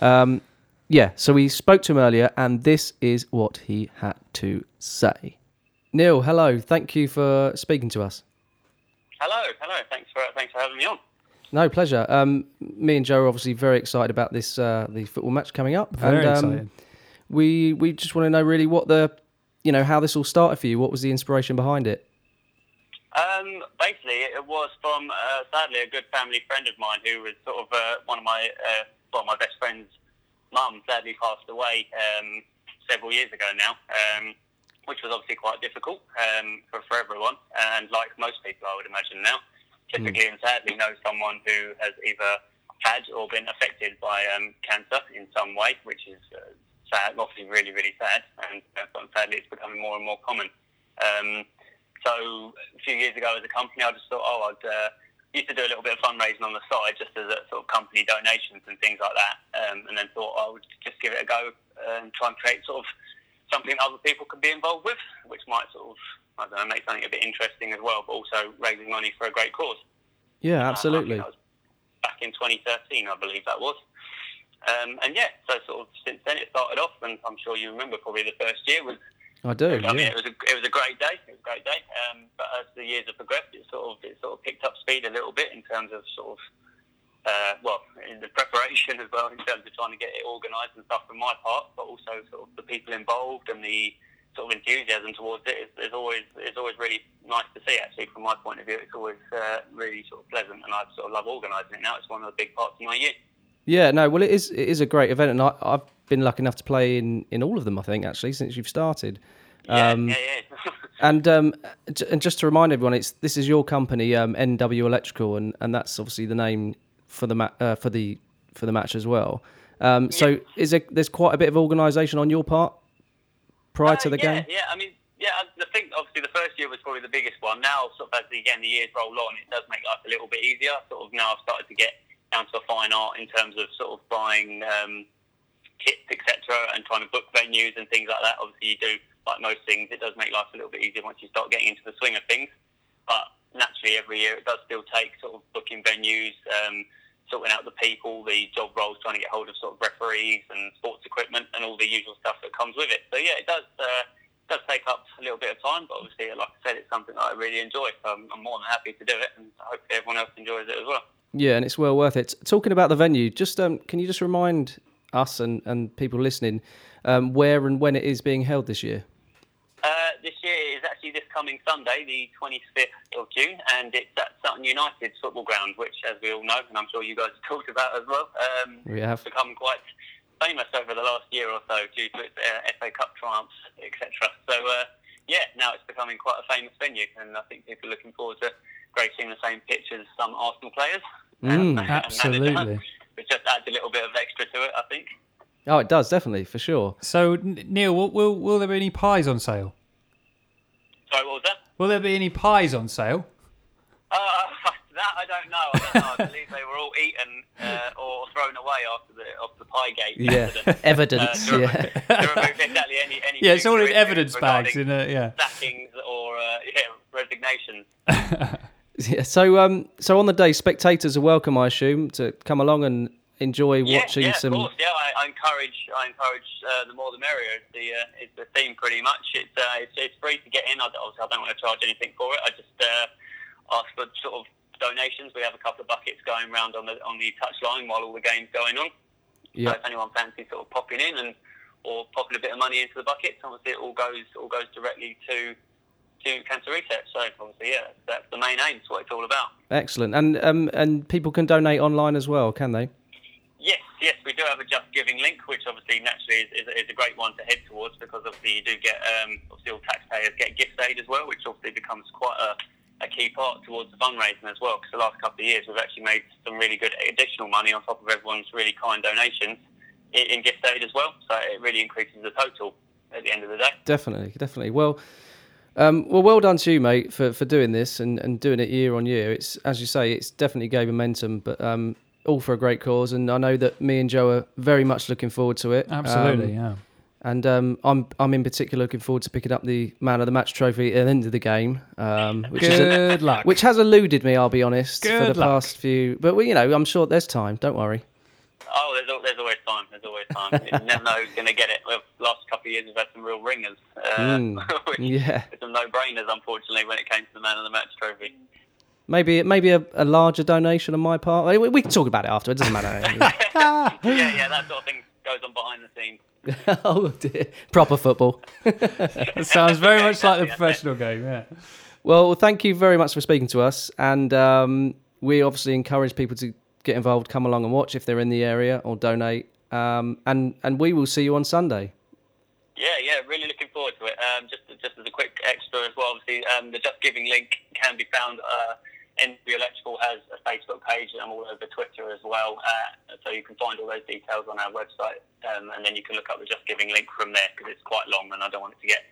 [SPEAKER 2] Um, yeah, so we spoke to him earlier, and this is what he had to say. Neil, hello. Thank you for speaking to us.
[SPEAKER 6] Hello, hello. Thanks for thanks for having me on.
[SPEAKER 2] No pleasure. Um, me and Joe are obviously very excited about this uh, the football match coming up.
[SPEAKER 1] very
[SPEAKER 2] and, um,
[SPEAKER 1] excited.
[SPEAKER 2] We we just want to know really what the you know how this all started for you. What was the inspiration behind it?
[SPEAKER 6] Um, basically, it was from uh, sadly a good family friend of mine who was sort of uh, one of my uh, well my best friend's mum sadly passed away um, several years ago now, um, which was obviously quite difficult um, for for everyone and like most people I would imagine now. Typically and sadly, know someone who has either had or been affected by um, cancer in some way, which is uh, sad, obviously really really sad, and uh, sadly it's becoming more and more common. Um, so a few years ago as a company, I just thought, oh, I'd uh, used to do a little bit of fundraising on the side, just as a sort of company donations and things like that, um, and then thought I would just give it a go and try and create sort of something other people could be involved with, which might sort of I don't know make something a bit interesting as well, but also raising money for a great cause.
[SPEAKER 2] Yeah,
[SPEAKER 6] Um, I think
[SPEAKER 2] absolutely.
[SPEAKER 6] that was back in 2013, I believe that was. Um, and yeah, so sort of since then it started off, and I'm sure you remember probably the first year was
[SPEAKER 2] I do.
[SPEAKER 6] I mean,
[SPEAKER 2] Oh, Yeah.
[SPEAKER 6] it was a it was a great day. It was a great day. Um, but as the years have progressed, it sort of it sort of picked up speed a little bit in terms of sort of uh, well, in the preparation as well in terms of trying to get it organised and stuff from my part, but also sort of the people involved and the sort of enthusiasm towards it is, is always is always really nice to see. Actually, from my point of view, it's always uh, really sort of pleasant, and I sort of love organising it now. It's one of the big parts of my year.
[SPEAKER 2] Yeah, no, well, it is it is a great event, and I, I've been lucky enough to play in, in all of them, I think, actually, since you've started.
[SPEAKER 6] Yeah,
[SPEAKER 2] Um,
[SPEAKER 6] yeah, yeah.
[SPEAKER 2] And um, j- and just to remind everyone, it's this is your company, um, NW Electrical, and, and that's obviously the name for the ma- uh, for the for the match as well. Um, so is there, there's quite a bit of organisation on your part prior to
[SPEAKER 6] Uh,
[SPEAKER 2] the
[SPEAKER 6] yeah,
[SPEAKER 2] game?
[SPEAKER 6] Yeah, I mean, yeah, I I think obviously the first year was probably the biggest one. Now, sort of as the, again the years roll on, it does make life a little bit easier. Sort of now I've started to get down to a fine art in terms of sort of buying um, kits, etc., and trying to book venues and things like that. Obviously, you do like most things, it does make life a little bit easier once you start getting into the swing of things. But naturally, every year it does still take sort of booking venues, um, sorting out the people, the job roles, trying to get hold of sort of referees and sports equipment and all the usual stuff that comes with it. So yeah, it does uh, does take up a little bit of time, but obviously, like I said, it's something that I really enjoy. So I'm, I'm more than happy to do it, and hopefully everyone else enjoys it as well.
[SPEAKER 2] Yeah, and it's well worth it. Talking about the venue, just um, can you just remind us and, and people listening um, where and when it is being held this year?
[SPEAKER 6] Uh, this year is actually this coming Sunday, the 25th of June, and it's at Sutton United's football ground, which, as we all know, and I'm sure you guys have talked about as well, um,
[SPEAKER 2] We have.
[SPEAKER 6] has become quite famous over the last year or so due to its uh, FA Cup triumphs, etc. So, uh, yeah, now it's becoming quite a famous venue, and I think people are looking forward to gracing the same pitch as some Arsenal players.
[SPEAKER 2] Mm,
[SPEAKER 6] and- and manager,
[SPEAKER 1] absolutely.
[SPEAKER 6] Which just adds a little bit of extra to it, I think.
[SPEAKER 2] Oh, it does definitely for sure.
[SPEAKER 1] So, N- Neil, will, will, will there be any pies on sale?
[SPEAKER 6] Sorry, what was that?
[SPEAKER 1] Will there be any pies on sale?
[SPEAKER 6] Uh, that I don't know. I, don't know. I believe they were all eaten uh, or thrown away after the after the pie gate.
[SPEAKER 2] Yeah,
[SPEAKER 6] incident.
[SPEAKER 2] evidence.
[SPEAKER 6] Uh,
[SPEAKER 2] yeah.
[SPEAKER 6] to remove exactly any, any
[SPEAKER 1] Yeah, it's
[SPEAKER 6] clue
[SPEAKER 1] all in
[SPEAKER 6] to it
[SPEAKER 1] evidence bags,
[SPEAKER 6] regarding
[SPEAKER 1] in a, yeah.
[SPEAKER 6] Sackings or uh, yeah, resignations.
[SPEAKER 2] Yeah, so um, so on the day, spectators are welcome, I assume, to come along and enjoy
[SPEAKER 6] Yeah,
[SPEAKER 2] watching
[SPEAKER 6] yeah, of
[SPEAKER 2] some.
[SPEAKER 6] course, yeah. I, I encourage, I encourage uh, the more the merrier. Is the uh, is the theme pretty much. It's uh, it's, it's free to get in. I, don't- obviously I don't want to charge anything for it. I just uh, ask for sort of donations. We have a couple of buckets going round on the on the touchline while all the game's going on.
[SPEAKER 2] Yeah.
[SPEAKER 6] So if anyone fancies sort of popping in and or popping a bit of money into the buckets, obviously it all goes all goes directly to to cancer research. So obviously, yeah, that's the main aim. It's what it's all about.
[SPEAKER 2] Excellent. And um, and people can donate online as well, can they?
[SPEAKER 6] Yes, yes, we do have a Just Giving link, which obviously naturally is, is, is a great one to head towards because obviously you do get, um, obviously all taxpayers get gift aid as well, which obviously becomes quite a, a key part towards the fundraising as well. Because the last couple of years we've actually made some really good additional money on top of everyone's really kind donations in, in gift aid as well. So it really increases the total at the end of the day.
[SPEAKER 2] Definitely, definitely. Well, um, well, well done to you, mate, for, for doing this and, and doing it year on year. It's as you say, it's definitely gave momentum, but um, all for a great cause. And I know that me and Joe are very much looking forward to it. Um,
[SPEAKER 1] Absolutely, yeah.
[SPEAKER 2] And um, I'm I'm in particular looking forward to picking up the man of the match trophy at the end of the game, um, which is a,
[SPEAKER 1] Good luck.
[SPEAKER 2] which has eluded me. I'll be honest for
[SPEAKER 1] Good
[SPEAKER 2] the
[SPEAKER 1] luck.
[SPEAKER 2] past few, but well, you know, I'm sure there's time. Don't worry.
[SPEAKER 6] Oh, there's, al- there's always time. There's always time. you never know who's going to get it. Well, last couple of years we've had some real ringers. Uh,
[SPEAKER 2] Mm,
[SPEAKER 6] which-
[SPEAKER 2] yeah.
[SPEAKER 6] Some no-brainers, unfortunately, when it came to the man of the match trophy.
[SPEAKER 2] Maybe maybe a, a larger donation on my part. We, we can talk about it after. It doesn't matter.
[SPEAKER 6] yeah, yeah, that sort of thing goes on behind the scenes.
[SPEAKER 2] oh dear, proper football.
[SPEAKER 1] It sounds very
[SPEAKER 6] Yeah,
[SPEAKER 1] much like the
[SPEAKER 6] exactly,
[SPEAKER 1] professional game, yeah.
[SPEAKER 2] Well, thank you very much for speaking to us, and um, we obviously encourage people to get involved, come along and watch if they're in the area, or donate. Um, and and we will see you on Sunday.
[SPEAKER 6] Yeah, yeah, really looking forward to it. Um, just, just as a quick extra as well, obviously, um, the Just Giving link can be found. Uh, NB Electrical has a Facebook page, and I'm all over Twitter as well. Uh, so you can find all those details on our website, um, and then you can look up the Just Giving link from there because it's quite long, and I don't want it to get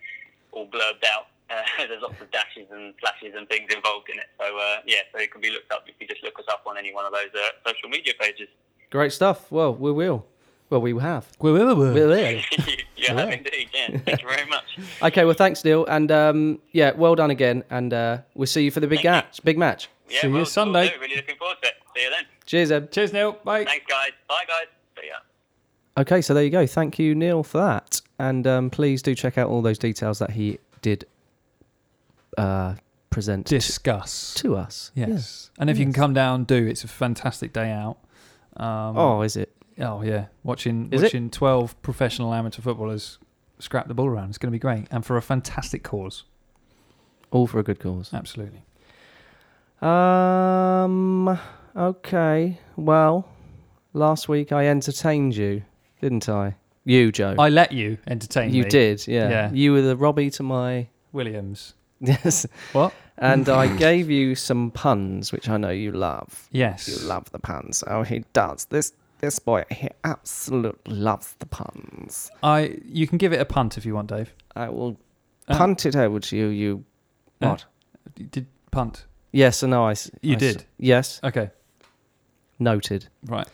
[SPEAKER 6] all blurbed out. Uh, there's lots of dashes and slashes and things involved in it. So uh, yeah, so it can be looked up if you just look us up on any one of those uh, social media pages.
[SPEAKER 2] Great stuff. Well, we will. Well, we have.
[SPEAKER 1] Well,
[SPEAKER 2] We're there.
[SPEAKER 6] yeah, indeed. Yeah, thank you very much.
[SPEAKER 2] okay. Well, thanks, Neil, and um, yeah, well done again, and uh, we'll see you for the big match. Big match.
[SPEAKER 6] Yeah,
[SPEAKER 1] See you
[SPEAKER 6] well,
[SPEAKER 1] Sunday.
[SPEAKER 6] will do. Really looking forward to it. See you then.
[SPEAKER 2] Cheers, Ed.
[SPEAKER 1] Cheers, Neil. Bye.
[SPEAKER 6] Thanks, guys. Bye, guys. See ya.
[SPEAKER 2] Okay, so there you go. Thank you, Neil, for that. And um, please do check out all those details that he did uh, present
[SPEAKER 1] Discuss.
[SPEAKER 2] to us.
[SPEAKER 1] Yes. And if you can come down, do. It's a fantastic day out. Um,
[SPEAKER 2] Oh, is it?
[SPEAKER 1] oh, yeah. Watching
[SPEAKER 2] Is it?
[SPEAKER 1] watching 12 professional amateur footballers scrap the ball around. It's going to be great. And for a fantastic cause.
[SPEAKER 2] All for a good cause.
[SPEAKER 1] Absolutely.
[SPEAKER 2] Um. Okay. Well, last week I entertained you, didn't I? You, Joe.
[SPEAKER 1] I let you entertain
[SPEAKER 2] you
[SPEAKER 1] me.
[SPEAKER 2] did. Yeah.
[SPEAKER 1] Yeah.
[SPEAKER 2] You were the Robbie to my
[SPEAKER 1] Williams.
[SPEAKER 2] yes,
[SPEAKER 1] What?
[SPEAKER 2] and I gave you some puns, which I know you love.
[SPEAKER 1] Yes.
[SPEAKER 2] You love the puns. Oh, he does. This this boy, he absolutely loves the puns.
[SPEAKER 1] I. You can give it a punt if you want, Dave.
[SPEAKER 2] I will
[SPEAKER 1] Uh,
[SPEAKER 2] punt it over to you. You
[SPEAKER 1] Uh,
[SPEAKER 2] what?
[SPEAKER 1] You Did punt?
[SPEAKER 2] yes and no. I. s-
[SPEAKER 1] You
[SPEAKER 2] I s-
[SPEAKER 1] did.
[SPEAKER 2] yes.
[SPEAKER 1] Okay.
[SPEAKER 2] Noted.
[SPEAKER 1] Right.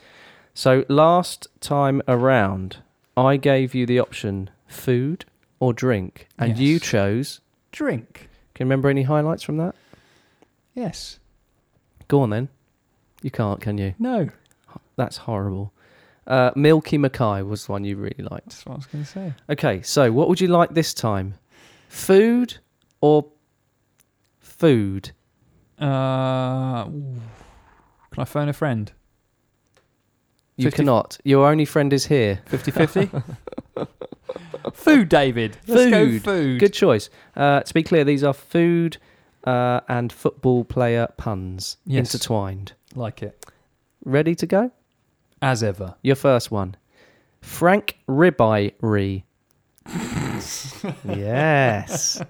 [SPEAKER 2] So last time around, I gave you the option food or drink, and
[SPEAKER 1] Yes.
[SPEAKER 2] you chose.
[SPEAKER 1] Drink.
[SPEAKER 2] Can you remember any highlights from that?
[SPEAKER 1] Yes.
[SPEAKER 2] Go on then. You can't, can you?
[SPEAKER 1] No.
[SPEAKER 2] That's horrible. Uh, Milky Mackay was the one you really liked.
[SPEAKER 1] That's what I was going to say.
[SPEAKER 2] Okay, so what would you like this time? Food or food?
[SPEAKER 1] Uh, ooh. can I phone a friend?
[SPEAKER 2] You
[SPEAKER 1] 50
[SPEAKER 2] cannot. Your only friend is here.
[SPEAKER 1] 50 50? food, David. Let's go
[SPEAKER 2] Food.
[SPEAKER 1] food.
[SPEAKER 2] Good choice. Uh, to be clear, these are food uh, and football player puns
[SPEAKER 1] Yes.
[SPEAKER 2] intertwined.
[SPEAKER 1] Like it.
[SPEAKER 2] Ready to go?
[SPEAKER 1] As ever.
[SPEAKER 2] Your first one. Frank Ribeye Re. yes.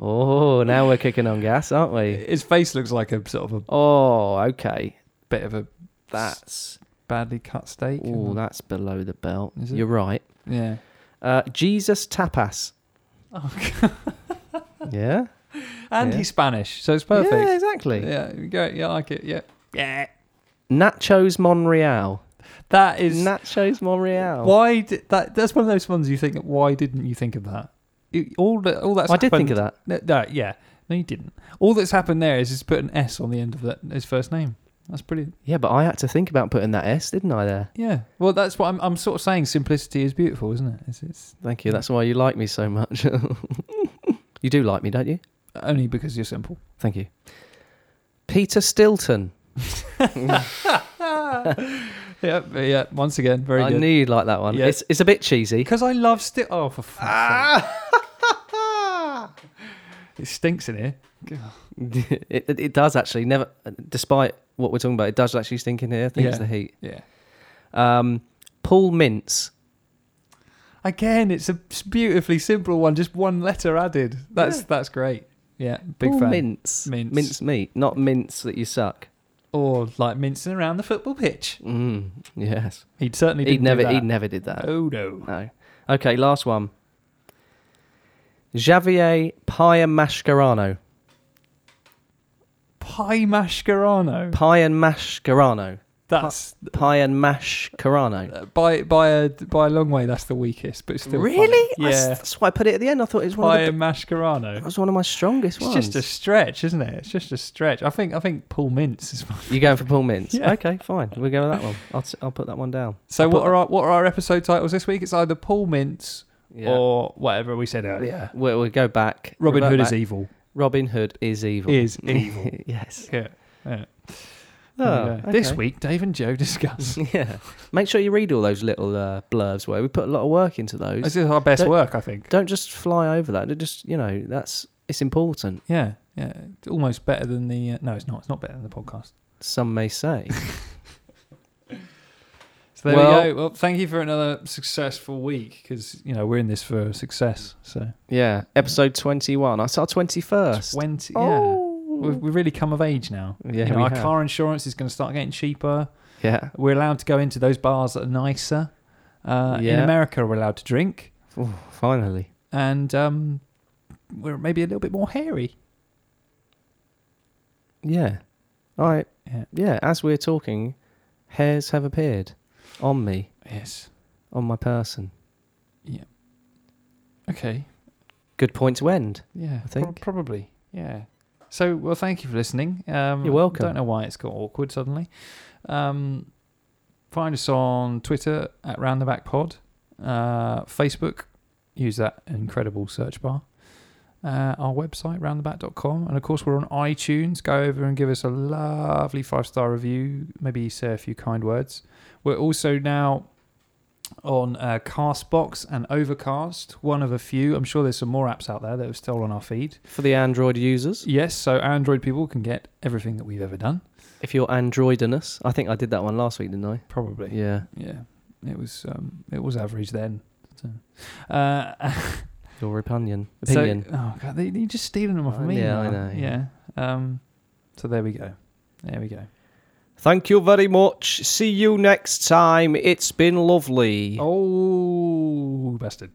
[SPEAKER 2] Oh, now we're kicking on gas, aren't we?
[SPEAKER 1] His face looks like a sort of a
[SPEAKER 2] Oh, okay.
[SPEAKER 1] bit of a
[SPEAKER 2] That's
[SPEAKER 1] badly cut steak.
[SPEAKER 2] oh, that's below the belt.
[SPEAKER 1] Is it?
[SPEAKER 2] You're right.
[SPEAKER 1] yeah.
[SPEAKER 2] Uh, Jesus tapas. Oh, yeah.
[SPEAKER 1] And
[SPEAKER 2] Yeah.
[SPEAKER 1] he's Spanish, so it's perfect.
[SPEAKER 2] Yeah, exactly.
[SPEAKER 1] Yeah, you go. Yeah, I like it. Yeah. Yeah.
[SPEAKER 2] Nachos Monreal.
[SPEAKER 1] That is.
[SPEAKER 2] Nachos Monreal.
[SPEAKER 1] why did that? That's one of those ones you think. Why didn't you think of that? It- all that. All that's.
[SPEAKER 2] I did think of
[SPEAKER 1] happened- No, no, yeah. No, you didn't. All that's happened there is just put an S on the end of that his first name. That's pretty.
[SPEAKER 2] Yeah, but I had to think about putting that S, didn't I? There.
[SPEAKER 1] Yeah. Well, that's what I'm. I'm sort of saying. Simplicity is beautiful, isn't it? It's, it's
[SPEAKER 2] Thank you. That's why you like me so much. you do like me, don't you?
[SPEAKER 1] only because you're simple.
[SPEAKER 2] Thank you. Peter Stilton.
[SPEAKER 1] yeah, but yeah. Once again, very
[SPEAKER 2] I
[SPEAKER 1] good.
[SPEAKER 2] knew you'd like that one.
[SPEAKER 1] Yeah.
[SPEAKER 2] It's, it's a bit cheesy.
[SPEAKER 1] Because I love still. Oh, for fuck's sake.
[SPEAKER 2] Ah!
[SPEAKER 1] It stinks in here.
[SPEAKER 2] it, it, it does actually. Never, despite what we're talking about, it does actually stink in here. I think it's
[SPEAKER 1] Yeah.
[SPEAKER 2] the heat.
[SPEAKER 1] Yeah.
[SPEAKER 2] Um, Paul Mintz.
[SPEAKER 1] Again, it's a s- beautifully simple one. Just one letter added. That's that's great. Yeah, big
[SPEAKER 2] Paul
[SPEAKER 1] fan.
[SPEAKER 2] Mince.
[SPEAKER 1] Mince.
[SPEAKER 2] Mince meat, not mince that you suck.
[SPEAKER 1] Or like mincing around the football pitch.
[SPEAKER 2] Mm, yes.
[SPEAKER 1] He'd certainly
[SPEAKER 2] He
[SPEAKER 1] didn't
[SPEAKER 2] never.
[SPEAKER 1] do that.
[SPEAKER 2] He never did that.
[SPEAKER 1] Oh no.
[SPEAKER 2] No. Okay, last one. Javier Pia Mascherano.
[SPEAKER 1] Pie Mascherano.
[SPEAKER 2] Pia Mascherano.
[SPEAKER 1] That's
[SPEAKER 2] Pia Mascherano.
[SPEAKER 1] by by a by a long way. That's the weakest, but it's still funny.
[SPEAKER 2] Really? I s-
[SPEAKER 1] Yeah.
[SPEAKER 2] that's why I put it at the end. I thought it was one. Of
[SPEAKER 1] Pie
[SPEAKER 2] the, that
[SPEAKER 1] Mascherano.
[SPEAKER 2] was one of my strongest
[SPEAKER 1] It's
[SPEAKER 2] ones.
[SPEAKER 1] just a stretch, isn't it? It's just a stretch. I think I think Paul Mintz is. My
[SPEAKER 2] You're going for Paul Mintz.
[SPEAKER 1] Yeah.
[SPEAKER 2] Okay, fine. We'll go with that one. I'll, t- I'll put that one down.
[SPEAKER 1] So
[SPEAKER 2] I'll
[SPEAKER 1] what
[SPEAKER 2] put
[SPEAKER 1] are our, what are our episode titles this week? It's either Paul Mintz
[SPEAKER 2] Yeah.
[SPEAKER 1] or whatever we said earlier.
[SPEAKER 2] We'll, we'll go back.
[SPEAKER 1] Oh, Robin
[SPEAKER 2] Revert
[SPEAKER 1] Hood
[SPEAKER 2] back.
[SPEAKER 1] is evil.
[SPEAKER 2] Robin Hood is evil.
[SPEAKER 1] Is evil.
[SPEAKER 2] yes.
[SPEAKER 1] Yeah. yeah.
[SPEAKER 2] Oh,
[SPEAKER 1] There we go. This
[SPEAKER 2] okay.
[SPEAKER 1] week, Dave and Joe discuss.
[SPEAKER 2] Yeah. Make sure you read all those little uh, blurbs where we put a lot of work into those.
[SPEAKER 1] this is our best
[SPEAKER 2] Don't-
[SPEAKER 1] work, I think.
[SPEAKER 2] Don't just fly over that. Just you know, that's it's important.
[SPEAKER 1] Yeah, yeah. It's almost better than the. Uh, no, it's not. It's not better than the podcast.
[SPEAKER 2] Some may say.
[SPEAKER 1] So there
[SPEAKER 2] Well-
[SPEAKER 1] we go. Well, thank you for another successful week because you know we're in this for success. So
[SPEAKER 2] yeah. Episode twenty-one. I saw twenty-first. Oh.
[SPEAKER 1] twenty. Yeah, we've, we've really come of age now.
[SPEAKER 2] Yeah,
[SPEAKER 1] you know,
[SPEAKER 2] we
[SPEAKER 1] our
[SPEAKER 2] have.
[SPEAKER 1] car insurance is going to start getting cheaper.
[SPEAKER 2] Yeah.
[SPEAKER 1] We're allowed to go into those bars that are nicer. Uh, In
[SPEAKER 2] Yeah.
[SPEAKER 1] America, we're allowed to drink,
[SPEAKER 2] Ooh, finally.
[SPEAKER 1] and um, we're maybe a little bit more hairy.
[SPEAKER 2] Yeah. All right.
[SPEAKER 1] Yeah.
[SPEAKER 2] Yeah. As we're talking, hairs have appeared on me,
[SPEAKER 1] Yes.
[SPEAKER 2] on my person.
[SPEAKER 1] Okay.
[SPEAKER 2] Good point to end.
[SPEAKER 1] Yeah.
[SPEAKER 2] I think.
[SPEAKER 1] probably. Yeah. So, well, thank you for listening. Um,
[SPEAKER 2] You're welcome.
[SPEAKER 1] Don't know why it's got awkward suddenly. Um, find us on Twitter at Round the Back Pod, uh, Facebook. Use that incredible search bar. Uh, our website roundtheback.com and of course we're on iTunes. Go over and give us a lovely five star review. Maybe say a few kind words. We're also now on uh, Castbox and Overcast, one of a few. I'm sure there's some more apps out there that are still on our feed.
[SPEAKER 2] For the Android users,
[SPEAKER 1] Yes, so Android people can get everything that we've ever done.
[SPEAKER 2] if you're Androidinous, I think I did that one last week, didn't I?
[SPEAKER 1] Probably.
[SPEAKER 2] Yeah.
[SPEAKER 1] Yeah. It was um, it was average then. So, uh,
[SPEAKER 2] Your opinion.
[SPEAKER 1] so-
[SPEAKER 2] Opinion.
[SPEAKER 1] oh god, they, you're just stealing them off
[SPEAKER 2] I-
[SPEAKER 1] me.
[SPEAKER 2] yeah, I
[SPEAKER 1] now.
[SPEAKER 2] know,
[SPEAKER 1] Yeah. Um, so there we go. There we go.
[SPEAKER 2] Thank you very much. See you next time. It's been lovely.
[SPEAKER 1] Oh, bastard.